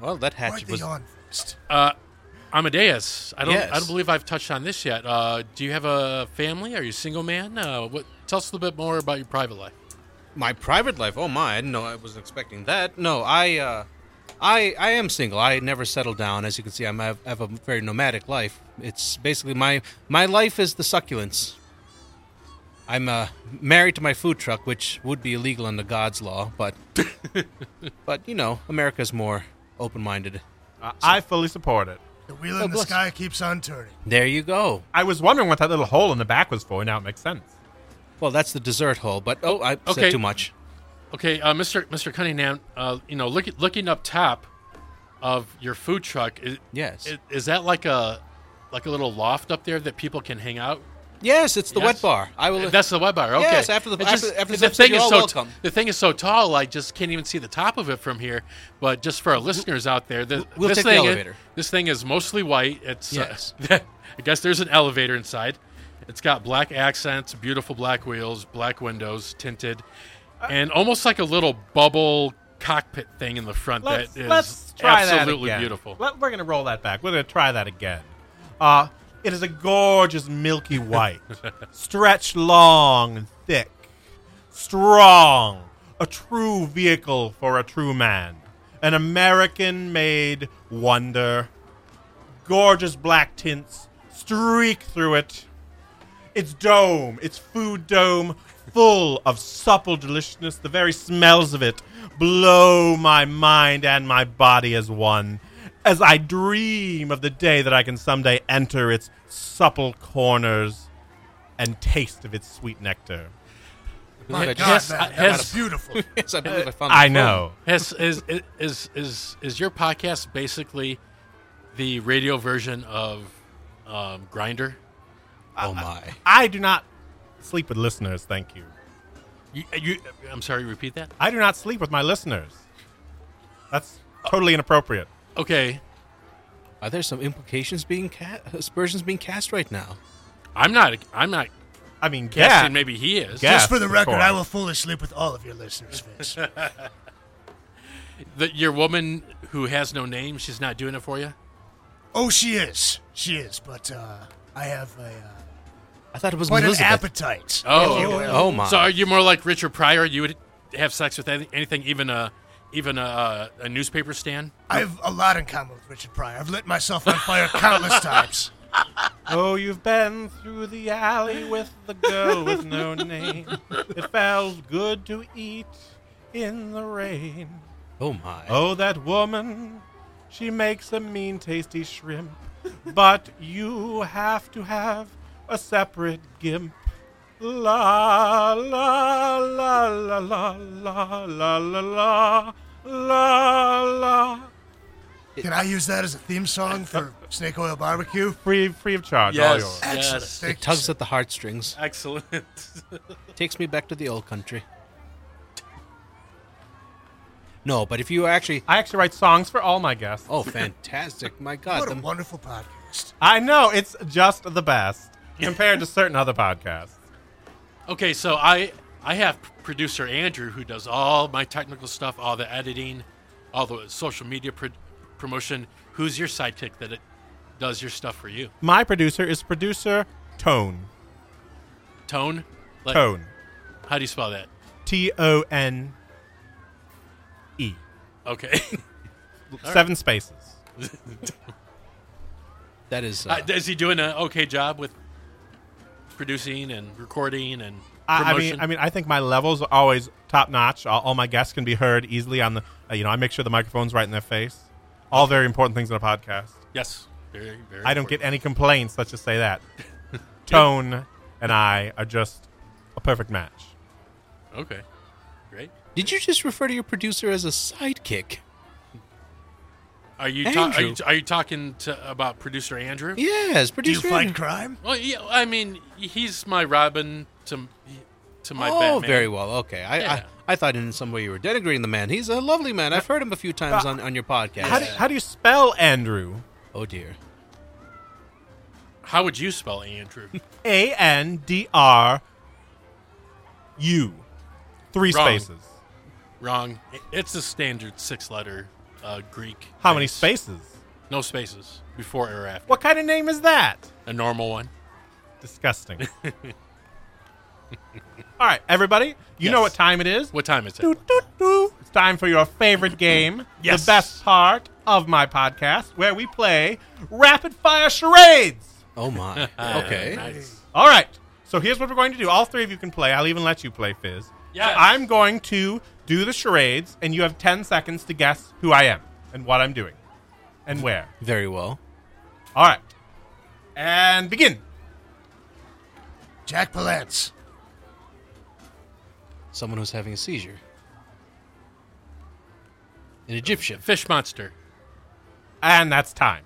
B: Well, that
C: Quite
B: hatchet
C: the
B: was.
C: yawn fest.
A: uh, Amadeus, I don't,
B: Yes.
A: I don't believe I've touched on this yet. Uh, do you have a family? Are you a single man? Uh, what? Tell us a little bit more about your private life.
B: my private life. Oh my! I didn't know I wasn't expecting that. No, I, uh, I, I am single. I never settled down. As you can see, I'm, I have I have a very nomadic life. It's basically my my life is the succulents. I'm uh, married to my food truck, which would be illegal under God's law, but but you know, America's more open-minded.
E: I, I fully support it.
C: The wheel
B: Oh,
C: in the
B: bless.
C: sky keeps on turning.
B: There you go.
E: I was wondering what that little hole in the back was for. Now it makes sense.
B: Well, that's the dessert hole, but oh, I
A: Okay.
B: said too much.
A: Okay, uh, Mr. Mr. Cunningham, uh, you know, look, looking up top of your food truck, is,
B: Yes.
A: is, is that like a like a little loft up there that people can hang out?
B: yes, it's the
A: Yes.
B: wet bar. I will.
A: Uh, That's the web bar. Okay.
B: Yes, after the-
A: It
B: after- after this
A: the
B: episode,
A: thing
B: you're
A: is
B: all
A: so
B: welcome.
A: the thing is so tall, I just can't even see the top of it from here. But just for our listeners out there, the,
B: We'll
A: this
B: take the
A: thing
B: elevator.
A: Is, this thing is mostly white. It's uh,
B: Yes.
A: I guess there's an elevator inside, It's got black accents, beautiful black wheels, black windows, tinted,
B: Uh,
A: and almost like a little bubble cockpit thing in the front
E: Let's,
A: that is
E: let's try
A: absolutely
E: that again.
A: beautiful.
E: Let- we're going to roll that back. We're going to try that again. Uh, it is a gorgeous milky white, stretched long and thick, strong, a true vehicle for a true man, an American made wonder. Gorgeous black tints streak through it. Its dome, its food dome, full of supple deliciousness. The very smells of it blow my mind and my body as one. As I dream of the day that I can someday enter its supple corners and taste of its sweet nectar.
B: My
A: Yes,
B: God,
A: uh,
C: that, that was
A: has,
C: beautiful.
B: yes, I believe I found.
E: I
B: the
E: know.
A: has, is, is, is, is your podcast basically the radio version of um, Grinder?
B: phone. Oh my!
E: I do not sleep with listeners, thank you.
A: You, you, I'm sorry, repeat that?
E: I do not sleep with my listeners. That's totally inappropriate.
A: Okay.
B: Are there some implications being cast, aspersions being cast right now?
A: I'm not, I'm not
E: I mean, yeah,
A: guessing. Maybe he is.
E: Yeah.
C: Just for the
E: of
C: record,
E: course.
C: I will fully sleep with all of your listeners, Vince.
A: That your woman who has no name, she's not doing it for you?
C: oh, she is. She is, but uh, I have a, uh,
B: I thought it was
C: quite an
B: Elizabeth.
C: appetite.
A: Oh,
C: if you will.
B: oh my!
A: So are you more like Richard Pryor? You would have sex with any- anything, even a even a, uh, a newspaper stand?
C: I have a lot in common with Richard Pryor. I've lit myself on fire countless times.
E: Oh, you've been through the alley with the girl with no name. It felt good to eat in the rain.
B: oh my!
E: Oh, that woman, she makes a mean, tasty shrimp. But you have to have a separate gimp. La la la la la la la la la la la.
C: Can I use that as a theme song for Snake Oil Barbecue?
E: Free, free of charge. All yours.
C: Excellent.
A: Yes.
C: Thank
B: It
C: you,
B: tugs
C: sir.
B: at the heartstrings.
A: Excellent.
B: Takes me back to the old country. No, but if you actually,
E: I actually write songs for all my guests.
B: oh, fantastic! My God,
C: What a
B: the,
C: wonderful podcast.
E: I know it's just the best compared to certain other podcasts.
A: okay, so I I have producer Andrew who does all my technical stuff, all the editing, all the social media pro- promotion. Who's your sidekick that it does your stuff for you?
E: My producer is producer Tone.
A: Tone. Like,
E: Tone.
A: How do you spell that?
E: T O N E.
A: Okay.
E: Seven spaces.
B: that is. Uh,
A: Uh, is he doing an okay job with producing and recording and
E: I, I
A: promotion?
E: mean, I mean, I think my levels are always top notch. All, all my guests can be heard easily on the. Uh, you know, I make sure the microphone's right in their face. All very important things in a podcast.
A: yes. Very, very
E: I don't
A: important.
E: get any complaints. Let's just say that. Tone and I are just a perfect match.
A: Okay. Great.
B: did you just refer to your producer as a sidekick?
A: Are you, ta- are
B: Andrew.
A: you are you talking to about producer Andrew?
B: Yes,
C: Do you
B: producer.
C: fight
B: Andrew.
C: crime?
A: Well, yeah, I mean, he's my Robin to to my
B: oh,
A: Batman.
B: very well. Okay, I,
A: Yeah.
B: I, I thought in some way you were denigrating the man. He's a lovely man. I've heard him a few times on, on your podcast.
E: How do, how do you spell Andrew?
B: oh dear.
A: How would you spell Andrew?
E: A N D R U. Three
A: Wrong.
E: spaces.
A: Wrong. It's the standard six letter uh, Greek.
E: How many
A: base.
E: spaces?
A: No spaces before or after.
E: What kind of name is that?
A: A normal one.
E: Disgusting. All right, everybody, you know
A: Yes.
E: what time it is.
A: What time is
E: Doo,
A: it?
E: doo, doo. It's time for your favorite game,
A: Yes.
E: the best part of my podcast, where we play rapid fire charades.
B: Oh my.
A: Ah,
B: Okay.
A: nice.
E: All right. So here's what we're going to do. All three of you can play. I'll even let you play Fizz.
A: Yes.
E: So I'm going to do the charades, and you have 10 seconds to guess who I am and what I'm doing and where.
B: Very well.
E: All right. And begin.
C: Jack Palance.
B: Someone who's having a seizure. An Egyptian.
A: Fish monster.
E: And that's time.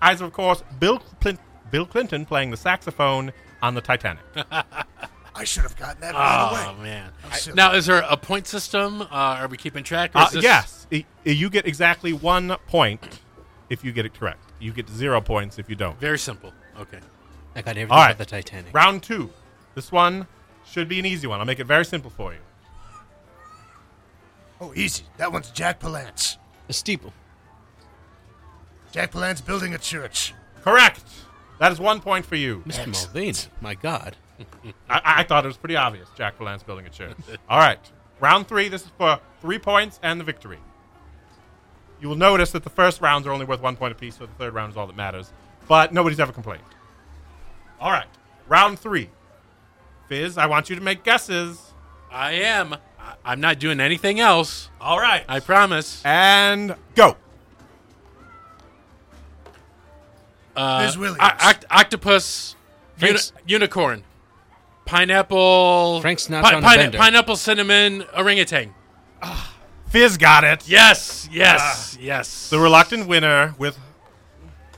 E: Eyes, of course, Bill, Clin- Bill Clinton playing the saxophone on the Titanic.
C: I should have gotten that right
A: Oh
C: away.
A: man.
C: silly.
A: Now, is there a point system? Uh, are we keeping track? Or
E: Uh,
A: is this-
E: yes. Y- You get exactly one point if you get it correct. You get zero points if you don't.
A: Very simple. Okay.
B: I got everything
E: All right.
B: about the Titanic.
E: Round two. This one should be an easy one. I'll make it very simple for you.
C: Oh, easy. That one's Jack Palance.
B: A steeple.
C: Jack Palance building a church.
E: Correct. That is one point for you.
B: Mr.
C: Excellent.
B: Mulvaney, my God.
E: I, I thought it was pretty obvious. Jack Palance building a church. All right. Round three. This is for three points and the victory. You will notice that the first rounds are only worth one point apiece, so the third round is all that matters. But nobody's ever complained. All right. Round three. Fizz, I want you to make guesses.
A: I am. I- I'm not doing anything else.
E: All right.
A: I promise.
E: and go.
A: Uh,
C: Fizz Williams.
A: o- oct- octopus, uni-
B: Frank's-
A: unicorn, pineapple.
B: Frank's not on a
A: pine-
B: bender.
A: Pineapple, cinnamon, orangutan.
E: Fizz got it.
A: Yes, yes, yes.
E: Ah. The reluctant winner with,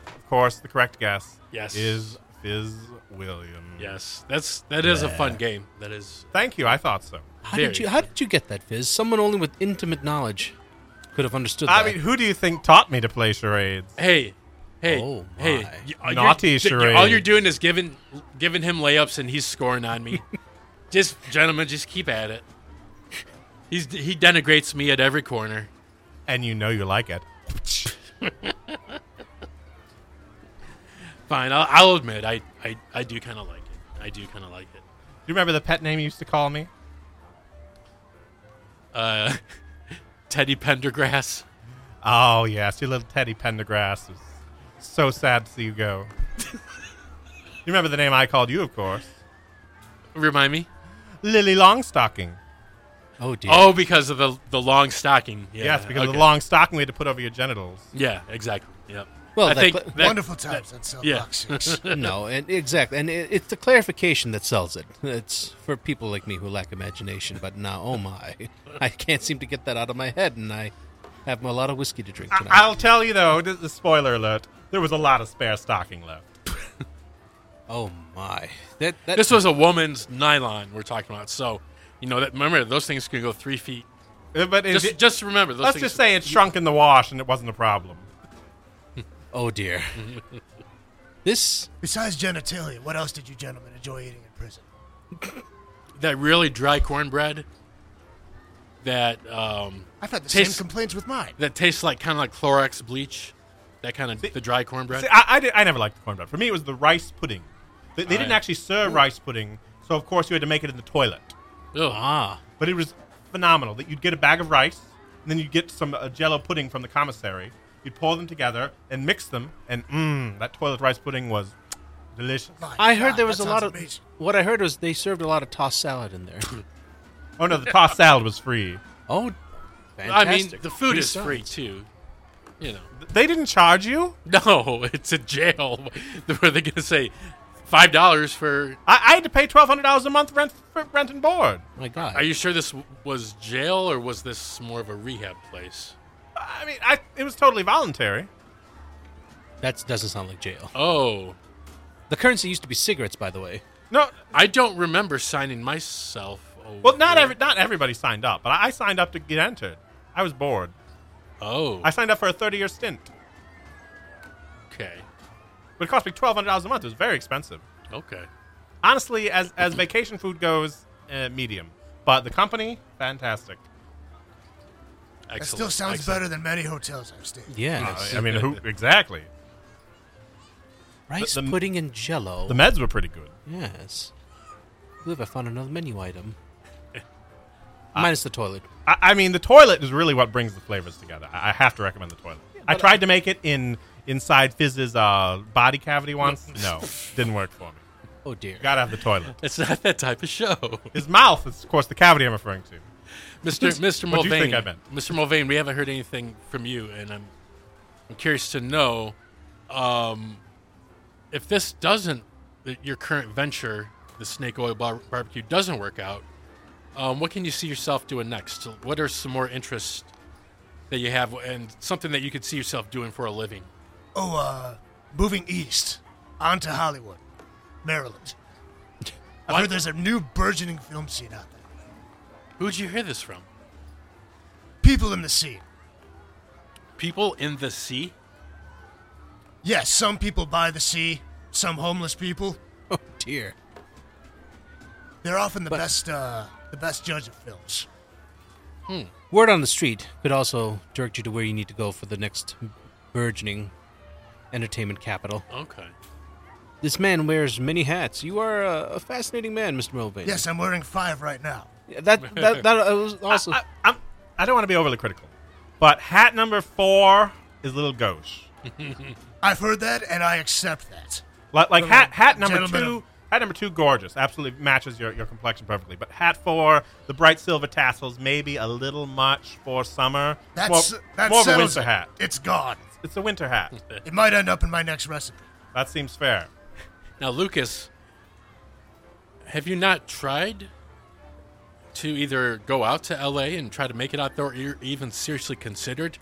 E: of course, the correct guess.
A: Yes.
E: Is Fizz Williams.
A: yes, that's that is a fun game. That is
E: Thank you. I thought so.
B: How
A: Very
B: did you How did you get that, Fizz? Someone only with intimate knowledge could have understood
E: I
B: that.
E: mean, who do you think taught me to play charades?
A: Hey, hey,
B: Oh, my.
A: hey! y- all you're-
E: Naughty
A: th-
E: charade.
A: All you're doing is giving giving him layups, and he's scoring on me. just gentlemen, just keep at it. He's he denigrates me at every corner.
E: And you know you like it.
A: Fine, I'll, I'll admit, I I, I do kind of like it. I do kind of like it.
E: Do you remember the pet name you used to call me?
A: Uh, Teddy Pendergrass.
E: Oh, yes. Your little Teddy Pendergrass was so sad to see you go. you remember the name I called you, of course?
A: Remind me.
E: Lily Longstocking.
B: oh dear.
A: Oh, because of the the long stocking. Yeah,
E: yes, because of
A: okay.
E: the long stocking we had to put over your genitals.
A: Yeah, exactly. Yep.
B: Well,
A: I
B: that
A: think
B: cl-
A: that-
C: Wonderful times on Cell
A: yeah.
C: Block 6.
B: no, and exactly, and it, it's the clarification that sells it. It's for people like me who lack imagination. But now, oh my, I can't seem to get that out of my head, and I have a lot of whiskey to drink tonight.
E: I- I'll tell you though, the, the spoiler alert, there was a lot of spare stocking left.
B: oh my, that that
A: this was a woman's nylon we're talking about. So, you know, that, remember those things can go three feet
E: Uh, But it,
A: just, just remember those
E: let's
A: things.
E: just say it shrunk in the wash and it wasn't a problem.
B: oh dear. this
C: Besides genitalia, what else did you gentlemen enjoy eating in prison?
A: that really dry cornbread that um,
C: I've had the
A: Tastes-
C: same complaints with mine.
A: that tastes like kind of like Clorox bleach. That kind of the dry cornbread.
E: See, I, I, did- I never liked the cornbread. For me, it was the rice pudding. They, they
A: All
E: didn't
A: right.
E: actually serve rice pudding, so of course you had to make it in the toilet.
A: Ugh.
B: ah
E: But it was phenomenal that you'd get a bag of rice, and then you'd get some uh, Jello pudding from the commissary. You'd pour them together and mix them, and mmm, that toilet rice pudding was delicious.
C: My
B: I heard
C: God,
B: there was
C: Ah, that
B: a lot
C: sounds
B: of.
C: amazing.
B: What I heard was they served a lot of tossed salad in there.
E: Oh no, the tossed salad was free.
B: oh,
A: I mean,
B: fantastic.
A: the food
B: Free
A: is
B: salad.
A: free too. You know,
E: They didn't charge you.
A: no, it's a jail. Were they going to say five dollars for?
E: I, I had to pay twelve hundred dollars a month rent for rent and board.
B: My God,
A: Are you sure this w- was jail or was this more of a rehab place?
E: I mean, I, it was totally voluntary.
B: that doesn't sound like jail.
A: Oh,
B: The currency used to be cigarettes, by the way.
E: No,
A: I don't remember signing myself. Over.
E: well, not every, not everybody signed up, but I, I signed up to get entered. I was bored.
A: Oh,
E: I signed up for a thirty-year stint,
A: okay,
E: but it cost me twelve hundred dollars a month. It was very expensive.
A: okay.
E: Honestly, as as vacation food goes, uh, medium. But the company, fantastic.
A: Excellent.
C: That still sounds
A: excellent.
C: better than many hotels I've stayed. in.
B: Yes,
E: Ah, I, I mean, who exactly?
B: rice
E: the- the-
B: pudding and Jello.
E: The meds were pretty good.
B: yes. I believe I found another menu item. Minus the toilet.
E: I, I mean, the toilet is really what brings the flavors together. I, I have to recommend the toilet. I tried to make it in inside Fizz's uh, body cavity once. no, didn't work for me.
B: Oh dear.
E: Gotta have the toilet.
A: It's not that type of show,
E: His mouth is, of course, the cavity I'm referring to.
A: Mister Mister
E: What do you
A: Mulvaney.
E: think I meant?
A: Mister Mulvaney, we haven't heard anything from you, and I'm I'm curious to know um, if this doesn't th- your current venture, the Snake Oil bar- Barbecue, doesn't work out. Um, what can you see yourself doing next? What are some more interests that you have, and something that you could see yourself doing for a living?
C: Oh, uh, moving east, on to Hollywood, Maryland. I've heard there's a new burgeoning film scene out there.
A: Who'd you hear this from?
C: People in the scene.
A: People in the sea.
C: Yes, some people by the sea, some homeless people,
B: Oh, tier.
C: They're often the best uh, the best judge of films.
B: Word on the street could also direct you to where you need to go for the next burgeoning entertainment capital.
A: Okay.
B: This man wears many hats. You are a, a fascinating man, Mr. Mulvaney.
C: Yes, I'm wearing five right now.
B: Yeah, That that that uh, was also
E: I, I'm, I don't want to be overly critical, but hat number four is little gauche.
C: I've heard that, and I accept that.
E: Like, like hat hat number
C: Gentlemen
E: two,
C: of-
E: hat number two, gorgeous, absolutely matches your, your complexion perfectly. But hat four, the bright silver tassels, maybe a little much for summer.
C: That's
E: more,
C: that
E: more of a
C: settles
E: winter
C: it.
E: hat.
C: It's gone.
E: It's a winter hat.
C: It might end up in my next recipe.
E: that seems fair.
A: Now, Lucas, have you not tried to either go out to LA and try to make it out there, or e- even seriously considered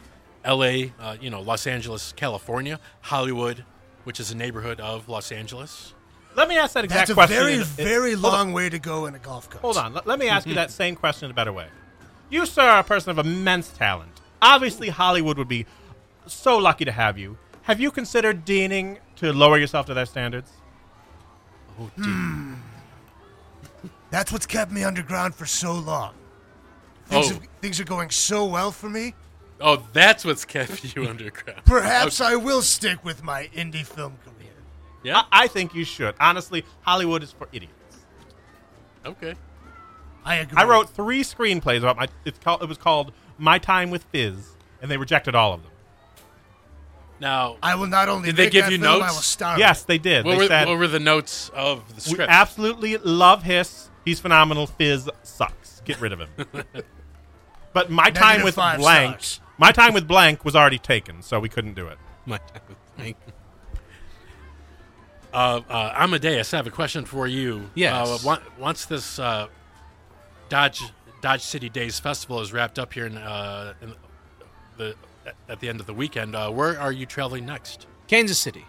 A: LA, uh, you know, Los Angeles, California, Hollywood, which is a neighborhood of Los Angeles?
E: Let me ask that exact
C: That's a
E: question.
C: very,
E: in- in-
C: very
E: hold on,
C: long way to go in a golf cart.
E: Hold on. Let, let me ask you that same question in a better way. You, sir, are a person of immense talent. Obviously, Hollywood would be so lucky to have you. Have you considered deigning to lower yourself to their standards?
C: That's what's kept me underground for so long. Things,
A: Oh.
C: have- things are going so well for me.
A: Oh, that's what's kept you underground.
C: Perhaps I will stick with my indie film career.
A: Yeah.
E: I, I think you should. Honestly, Hollywood is for idiots.
A: Okay.
C: I agree.
E: I wrote three screenplays about my. It's called. It was called My Time with Fizz, and they rejected all of them.
A: Now,
C: I will not only
A: Did they
C: make
A: give
C: that
A: you
C: film, I
A: notes?
C: will star.
E: Yes, they did.
A: what
E: they
A: were,
E: said
A: what were the notes of the
E: we
A: script?
E: absolutely love Hiss. He's phenomenal. Fizz sucks. Get rid of him. but my time
C: Negative
E: with
C: five
E: blank.
C: stars.
E: My time with blank was already taken, so we couldn't do it.
B: my type of thing.
A: uh, uh, Amadeus, I have a question for you.
B: Yes.
A: Uh, on- once this uh, Dodge Dodge City Days Festival is wrapped up here in, uh, in the at the end of the weekend, uh, where are you traveling next?
B: Kansas City.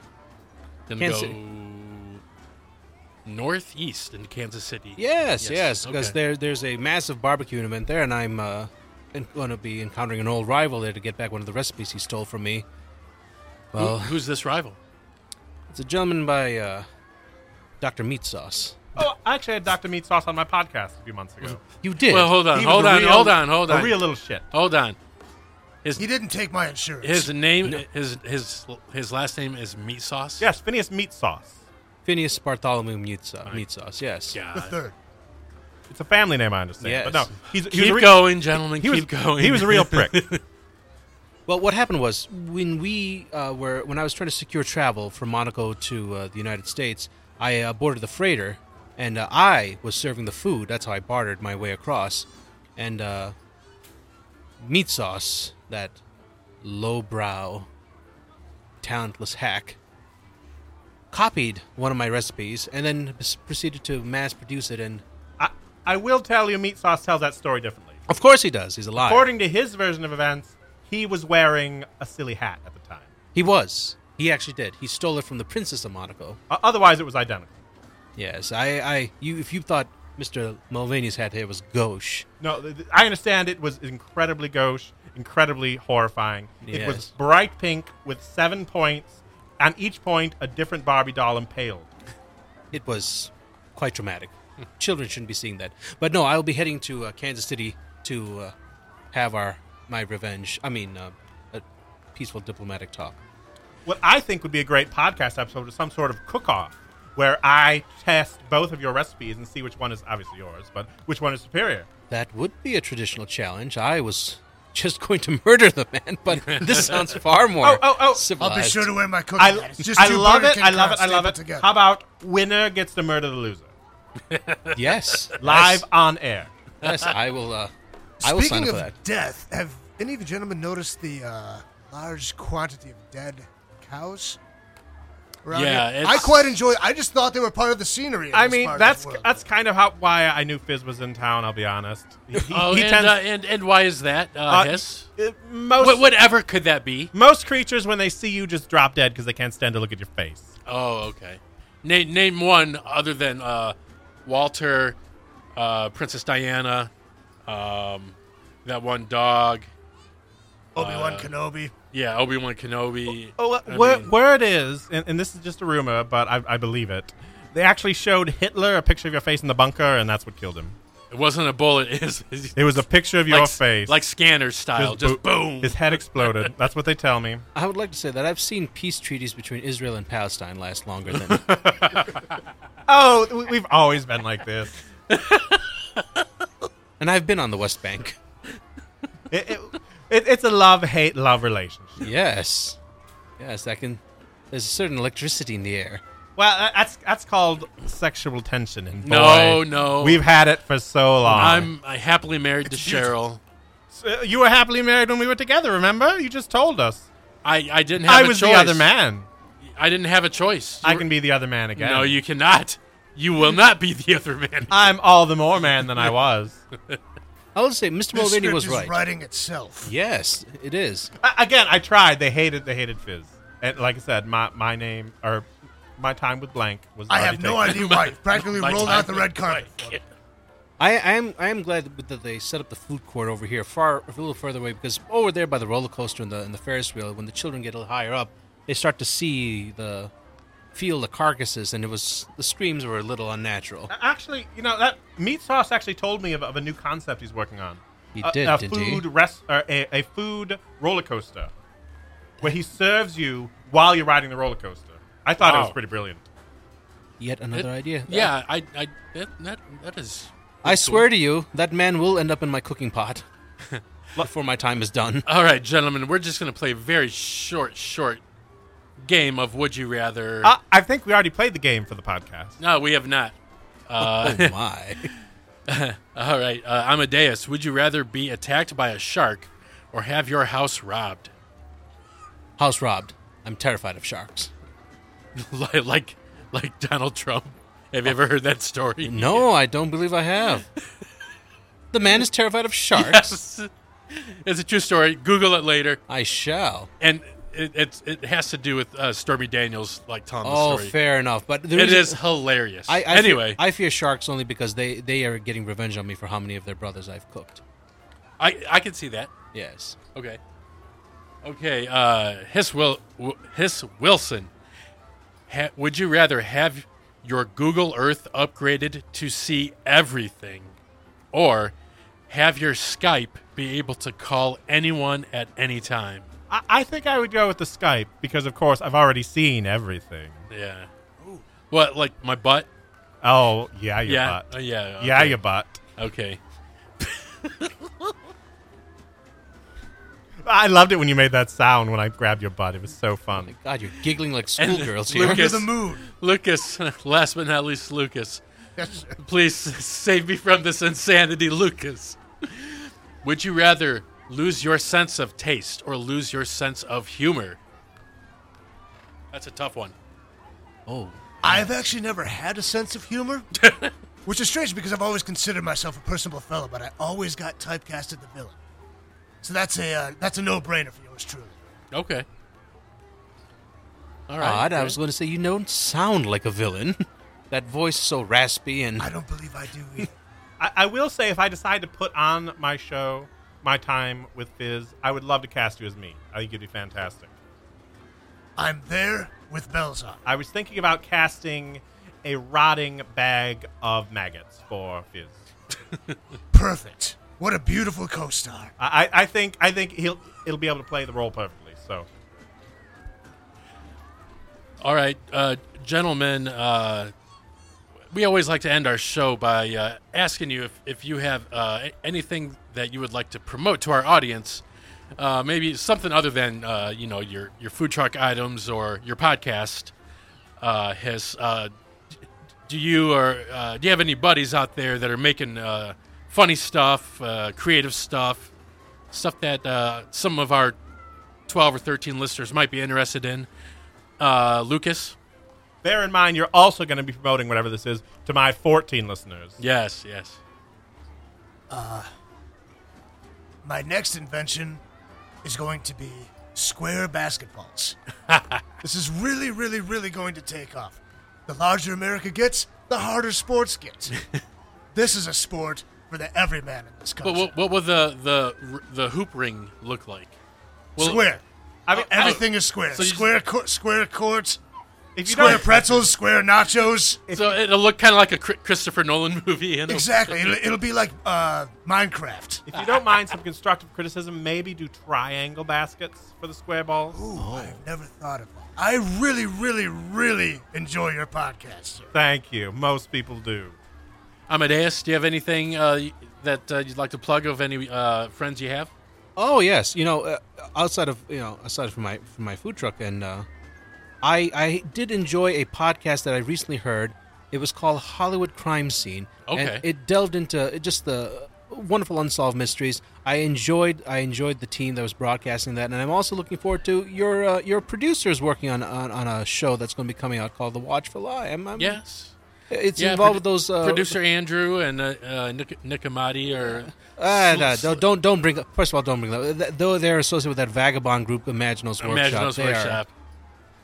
A: Gonna
B: Kansas
A: go
B: City.
A: northeast into Kansas City.
B: Yes, yes, because
A: okay.
B: there there's a massive barbecue event there, and I'm uh, going to be encountering an old rival there to get back one of the recipes he stole from me.
A: Who-
E: uh,
B: Well,
A: who's this rival?
B: it's a gentleman by uh, Doctor Meat Sauce.
E: Oh, I actually had Dr. Meat Sauce on my podcast a few months ago.
B: You did.
A: Well, hold on,
E: He was
A: Uh, hold
E: a
A: on,
E: real-
A: hold on, hold on,
E: A real little shit.
A: hold on.
C: He didn't take my insurance.
A: His name, his his his last name is Meat Sauce.
E: Yes, Phineas Meat Sauce.
B: Phineas Bartholomew Meat Sauce. Meat Sauce. Yes.
C: the
A: God.
C: third.
E: It's a family name, I understand. But no,
B: Yes.
E: he's, he was a
A: Keep
E: re-
A: going, gentlemen.
E: He was,
A: keep going.
E: he was a real prick.
B: Well, what happened was when we uh, were when I was trying to secure travel from Monaco to uh, the United States, I uh, boarded the freighter, and uh, I was serving the food. That's how I bartered my way across, and uh, meat sauce that lowbrow, talentless hack copied one of my recipes and then s- proceeded to mass produce it. And
E: I, I will tell you, Meat Sauce tells that story differently.
B: of course, he does. He's a liar.
E: According to his version of events, he was wearing a silly hat at the time.
B: He was. He actually did. He stole it from the Princess of Monaco.
E: O- otherwise, it was identical.
B: Yes, I, I, you, if you thought Mr. Mulvaney's hat here was gauche,
E: No, th- th- I understand it was incredibly gauche, incredibly horrifying. It was
B: Yes.
E: bright pink with seven points, and each point a different Barbie doll impaled.
B: it was quite dramatic. Children shouldn't be seeing that. But no, I'll be heading to uh, Kansas City to uh, have our my revenge. I mean, uh, a peaceful diplomatic talk.
E: What I think would be a great podcast episode is some sort of cook-off where I test both of your recipes and see which one is obviously yours, but which one is superior.
B: That would be a traditional challenge. I was just going to murder the man, but this sounds far more
E: Oh, oh, oh.
B: civilized.
C: I'll be sure to wear my cookie
E: I,
C: hat. It's just
E: I
C: two
E: love
C: Burger
E: it.
C: King
E: I love it.
C: cards
E: I love
C: stapled
E: it.
C: Together.
E: How about winner gets to murder the loser
B: Yes,
E: live on air?
B: Yes, yes, I will. Uh, I will sign
C: Speaking
B: up
C: of
B: for that.
C: death, have any of you gentlemen noticed the uh, large quantity of dead cows? around
A: Yeah,
C: here? I
A: it's-
C: quite enjoy. I just thought they were part of the scenery. in
E: I
C: this
E: mean,
C: part of the
E: that's
C: world.
E: that's kind of how why I knew Fizz was in town. I'll be honest. He, he-
A: Oh,
E: he
A: and,
E: tends-
A: uh, and and why is that? Uh,
E: uh,
A: yes.
E: uh, most
A: What, whatever could that be?
E: Most creatures, when they see you, just drop dead because they can't stand to look at your face.
A: Oh, okay. Name name one other than uh, Walter, uh, Princess Diana, um, that one dog.
C: Obi
E: Uh,
C: Wan Kenobi.
A: Yeah, Obi Wan Kenobi.
E: Oh,
A: I
E: where,
A: mean-
E: where it is, and, and this is just a rumor, but I, I believe it, They actually showed Hitler a picture of your face in the bunker, and that's what killed him.
A: It wasn't a bullet. It was,
E: It was a picture of your
A: like,
E: face.
A: like scanner style, just,
E: bo-
A: boom.
E: His head exploded. That's what they tell me.
B: I would like to say that I've seen peace treaties between Israel and Palestine last longer than
E: Oh, we- we've always been like this.
B: and I've been on the West Bank.
E: It, it, it, it's a love hate love relationship.
B: Yes. Yes, I can there's a certain electricity in the air.
E: Well, that- that's that's called sexual tension. And
A: No,
E: boy,
A: no.
E: we've had it for so long.
A: I'm I happily married to Cheryl.
E: Uh, you were happily married when we were together. Remember? You just told us.
A: I, I didn't have
E: I
A: a
E: was
A: choice.
E: the other man.
A: I didn't have a choice.
E: I
A: You
E: can be the other man
A: were-
E: again.
A: No, you cannot. You will not be the other man.
E: I'm all the more man than I was.
B: I would say Mr.
C: This
B: Mulvaney
C: script
B: was
C: is
B: right.
C: writing itself.
B: Yes, it is.
E: I- again, I tried. They hated. They hated Fizz. And like I said, my my name or my time with blank was.
C: I
E: already
C: have no
E: taken.
C: idea why. You've Practically
A: My
C: rolled
A: time
C: out the
A: was
C: red carpet. for me.
A: blank.
B: I, I am I am glad that they set up the food court over here, far a little further away, because over there by the roller coaster and the and the Ferris wheel, when the children get a little higher up, they start to see the feel the carcasses, and it was the screams were a little
E: Uh,
B: unnatural.
E: Actually, you know that meat sauce actually told me of, of a new concept he's working on.
B: He
E: a,
B: did,
E: a
B: did he?
E: uh, food rest or a, a food roller coaster, where he serves you while you're riding the roller coaster. I thought it was
A: Wow.
E: pretty brilliant.
B: Yet another
A: It-
B: idea.
A: Yeah, I, I that, that, that is.
B: I swear to you, that man will end up in my cooking pot before my time is done.
A: All right, gentlemen, we're just going to play a very short, short game of Would You Rather.
E: I, I think we already played the game for the podcast.
A: no, we have not.
B: Oh my!
A: All right, uh, Amadeus, would you rather be attacked by a shark or have your house robbed?
B: House robbed. I'm terrified of sharks.
A: like, like, like Donald Trump. Have you ever heard that story?
B: No, I don't believe I have. The man is terrified of sharks.
A: It's a true story. Google it later,
B: I shall.
A: and it it's, it has to do with uh, Stormy Daniels, like Tom.
B: Oh,
A: the story.
B: fair enough. But the
A: It
B: reason-
A: is hilarious.
B: I, I fear-
A: anyway,
B: I fear sharks only because they they are getting revenge on me for how many of their brothers I've cooked.
A: I, I can see that.
B: Yes.
A: Okay. Okay. Uh, Hiss Will w- Hiss Wilson, ha- would you rather have your Google Earth upgraded to see everything, or have your Skype be able to call anyone at any time?
E: I, I think I would go with the Skype because, of course, I've already seen everything.
A: Yeah. What? Like my butt?
E: Oh yeah, your
A: yeah.
E: butt.
A: uh, yeah. Okay.
E: Yeah, your butt.
A: Okay.
E: I loved it when you made that sound when I grabbed your butt. It was so fun.
B: God, you're giggling like schoolgirls here.
A: Lucas-
C: Under the moon.
A: Lucas, last but not least, Lucas.
C: That's-
A: Please save me from this insanity, Lucas. Would you rather lose your sense of taste or lose your sense of humor? That's a tough one.
B: Oh,
C: I've actually never had a sense of humor, which is strange because I've always considered myself a personable fellow, but I always got typecast at the villain. So that's a uh, that's a no-brainer for yours truly.
A: Okay. All right.
B: God! I was going to say you don't sound like a villain. That voice so raspy and
C: I don't believe I do either.
E: I, I will say, if I decide to put on my show, my time with Fizz, I would love to cast you as me. I think you'd be fantastic.
C: I'm there with bells on.
E: I was thinking about casting a rotting bag of maggots for Fizz.
C: Perfect. What a beautiful co-star.
E: I, I I think I think he'll it'll be able to play the role perfectly. So
A: All right, uh, gentlemen. Uh, we always like to end our show by uh, asking you if, if you have uh, a- anything that you would like to promote to our audience. Uh, maybe something other than uh, you know your your food truck items or your podcast. Uh, has uh, d- do you or uh, do you have any buddies out there that are making uh, funny stuff, uh, creative stuff, stuff that uh, some of our twelve or thirteen listeners might be interested in? uh, Lucas.
E: bear in mind, you're also going to be promoting whatever this is to my 14 listeners.
A: Yes, yes.
C: My next invention is going to be square basketballs. this is really, really, really going to take off. The larger America gets, the harder sports get. this is a sport for the everyman in this country.
A: But what, what will the the the hoop ring look like? Will-
C: square.
E: I mean,
C: Everything is square.
A: so you just-
C: square, cour- square courts,
E: If you
C: Square
E: don't,
C: pretzels, square nachos.
A: so it'll look kind of like a Chri- Christopher Nolan movie. And
C: Exactly. It'll, it'll be like uh, Minecraft.
E: if you don't mind some constructive criticism, maybe do triangle baskets for the square balls.
C: Ooh, I've never thought of that. I really, really, really enjoy your podcast, sir.
E: Thank you. Most people do.
A: Amadeus, do you have anything uh, y- that uh, you'd like to plug of any uh, friends you have?
B: Oh yes, you know, uh, outside of you know, aside from my from my food truck, and uh, I I did enjoy a podcast that I recently heard. It was called Hollywood Crime Scene. and
A: Okay.
B: it delved into just the wonderful unsolved mysteries. I enjoyed I enjoyed the team that was broadcasting that, and I'm also looking forward to your uh, your producers working on, on on a show that's going to be coming out called The Watchful Eye. I'm, I'm,
A: Yes.
B: it's
A: Yeah,
B: involved
A: produ-
B: with those uh,
A: Producer Andrew and uh, uh, Nick- Nicamati or
B: Uh,
A: Sl-
B: no,
A: sl-
B: don't, don't don't bring. up- First of all, don't bring that. th- Though they're associated with that vagabond group, Imaginos Workshop.
A: Imaginos
B: they
A: Workshop.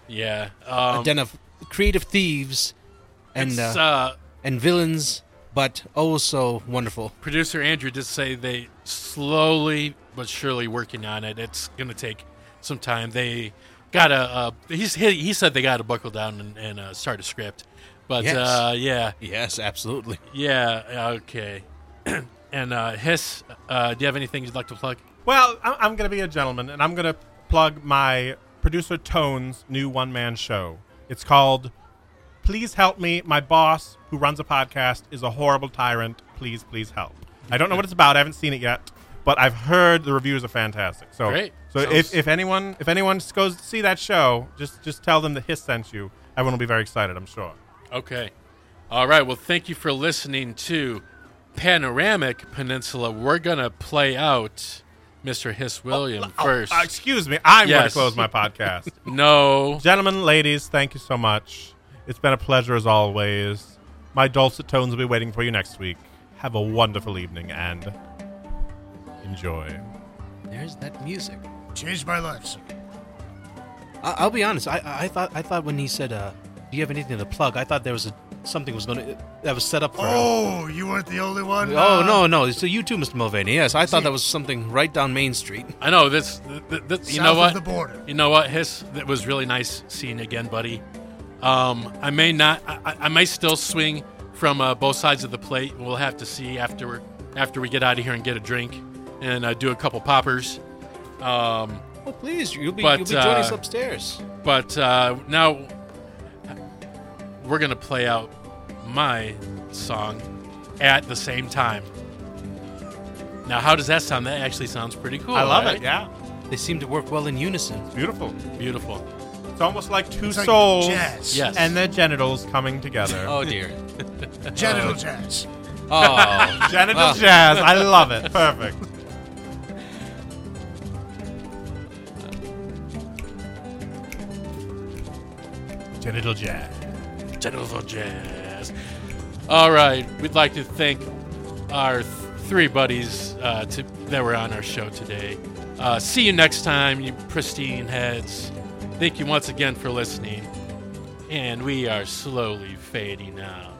A: Yeah.
B: Are
A: Um,
B: a den of creative thieves and
A: it's,
B: uh,
A: uh,
B: and villains, but oh so wonderful.
A: producer Andrew did say they slowly but surely working on it. It's going to take some time. They got to uh, he's he, he said they got to buckle down and, and uh, start a script. But
B: Yes.
A: uh, yeah,
B: Yes, absolutely.
A: yeah, okay. and uh, Hiss, uh, do you have anything you'd like to plug?
E: Well, I- I'm going to be a gentleman, and I'm going to plug my producer Tone's new one man show. It's called Please Help Me. My boss, who runs a podcast, is a horrible tyrant. Please, please help. I don't know what it's about. I haven't seen it yet, but I've heard the reviews are fantastic. So,
A: Great.
E: so
A: Sounds-
E: if, if anyone if anyone goes to see that show, just just tell them that Hiss sent you. Everyone will be very excited, I'm sure.
A: Okay. All right. Well, thank you for listening to Panoramic Peninsula. We're going to play out Mr. Hiss William
E: Oh,
A: first.
E: uh, excuse me. I'm going
A: Yes.
E: to close my podcast.
A: no.
E: Gentlemen, ladies, thank you so much. It's been a pleasure as always. My dulcet tones will be waiting for you next week. Have a wonderful evening and enjoy.
B: There's that music.
C: Changed my life, sir.
B: I- I'll be honest. I I thought I thought when he said, uh, "Do you have anything to plug?" I thought there was a something was going to that was set up for. him.
C: Oh, you weren't the only one.
B: Oh
C: uh,
B: no no! So you too, Mr. Mulvaney. Yes, I thought that was something right down Main Street.
A: I know this. th- th- th- you
C: South
A: know
C: of
A: what?
C: the border.
A: You know what, Hiss? It was really nice seeing you again, buddy. Um, I may not. I, I- I may still swing from uh, both sides of the plate. We'll have to see after after we get out of here and get a drink and uh, do a couple poppers. Um,
B: Oh please, you'll be
A: But,
B: you'll be joining us
A: uh,
B: upstairs.
A: but uh, now we're gonna play out my song at the same time. Now, how does that sound? That actually sounds pretty cool. Uh,
E: I love
A: right?
E: it. Yeah.
B: They seem to work well in unison.
E: It's beautiful.
A: Beautiful.
E: It's almost like two
C: It's like
E: souls
C: jazz.
A: Yes.
E: and their genitals coming together.
B: Oh dear.
C: Genital
A: Uh,
C: jazz.
B: Oh.
E: Genital
B: Wow.
E: jazz. I love it. Perfect. Genital jazz.
A: Genital Jazz. All right, we'd like to thank our th- three buddies uh, to, that were on our show today. Uh, see you next time, you pristine heads. Thank you once again for listening, and we are slowly fading out.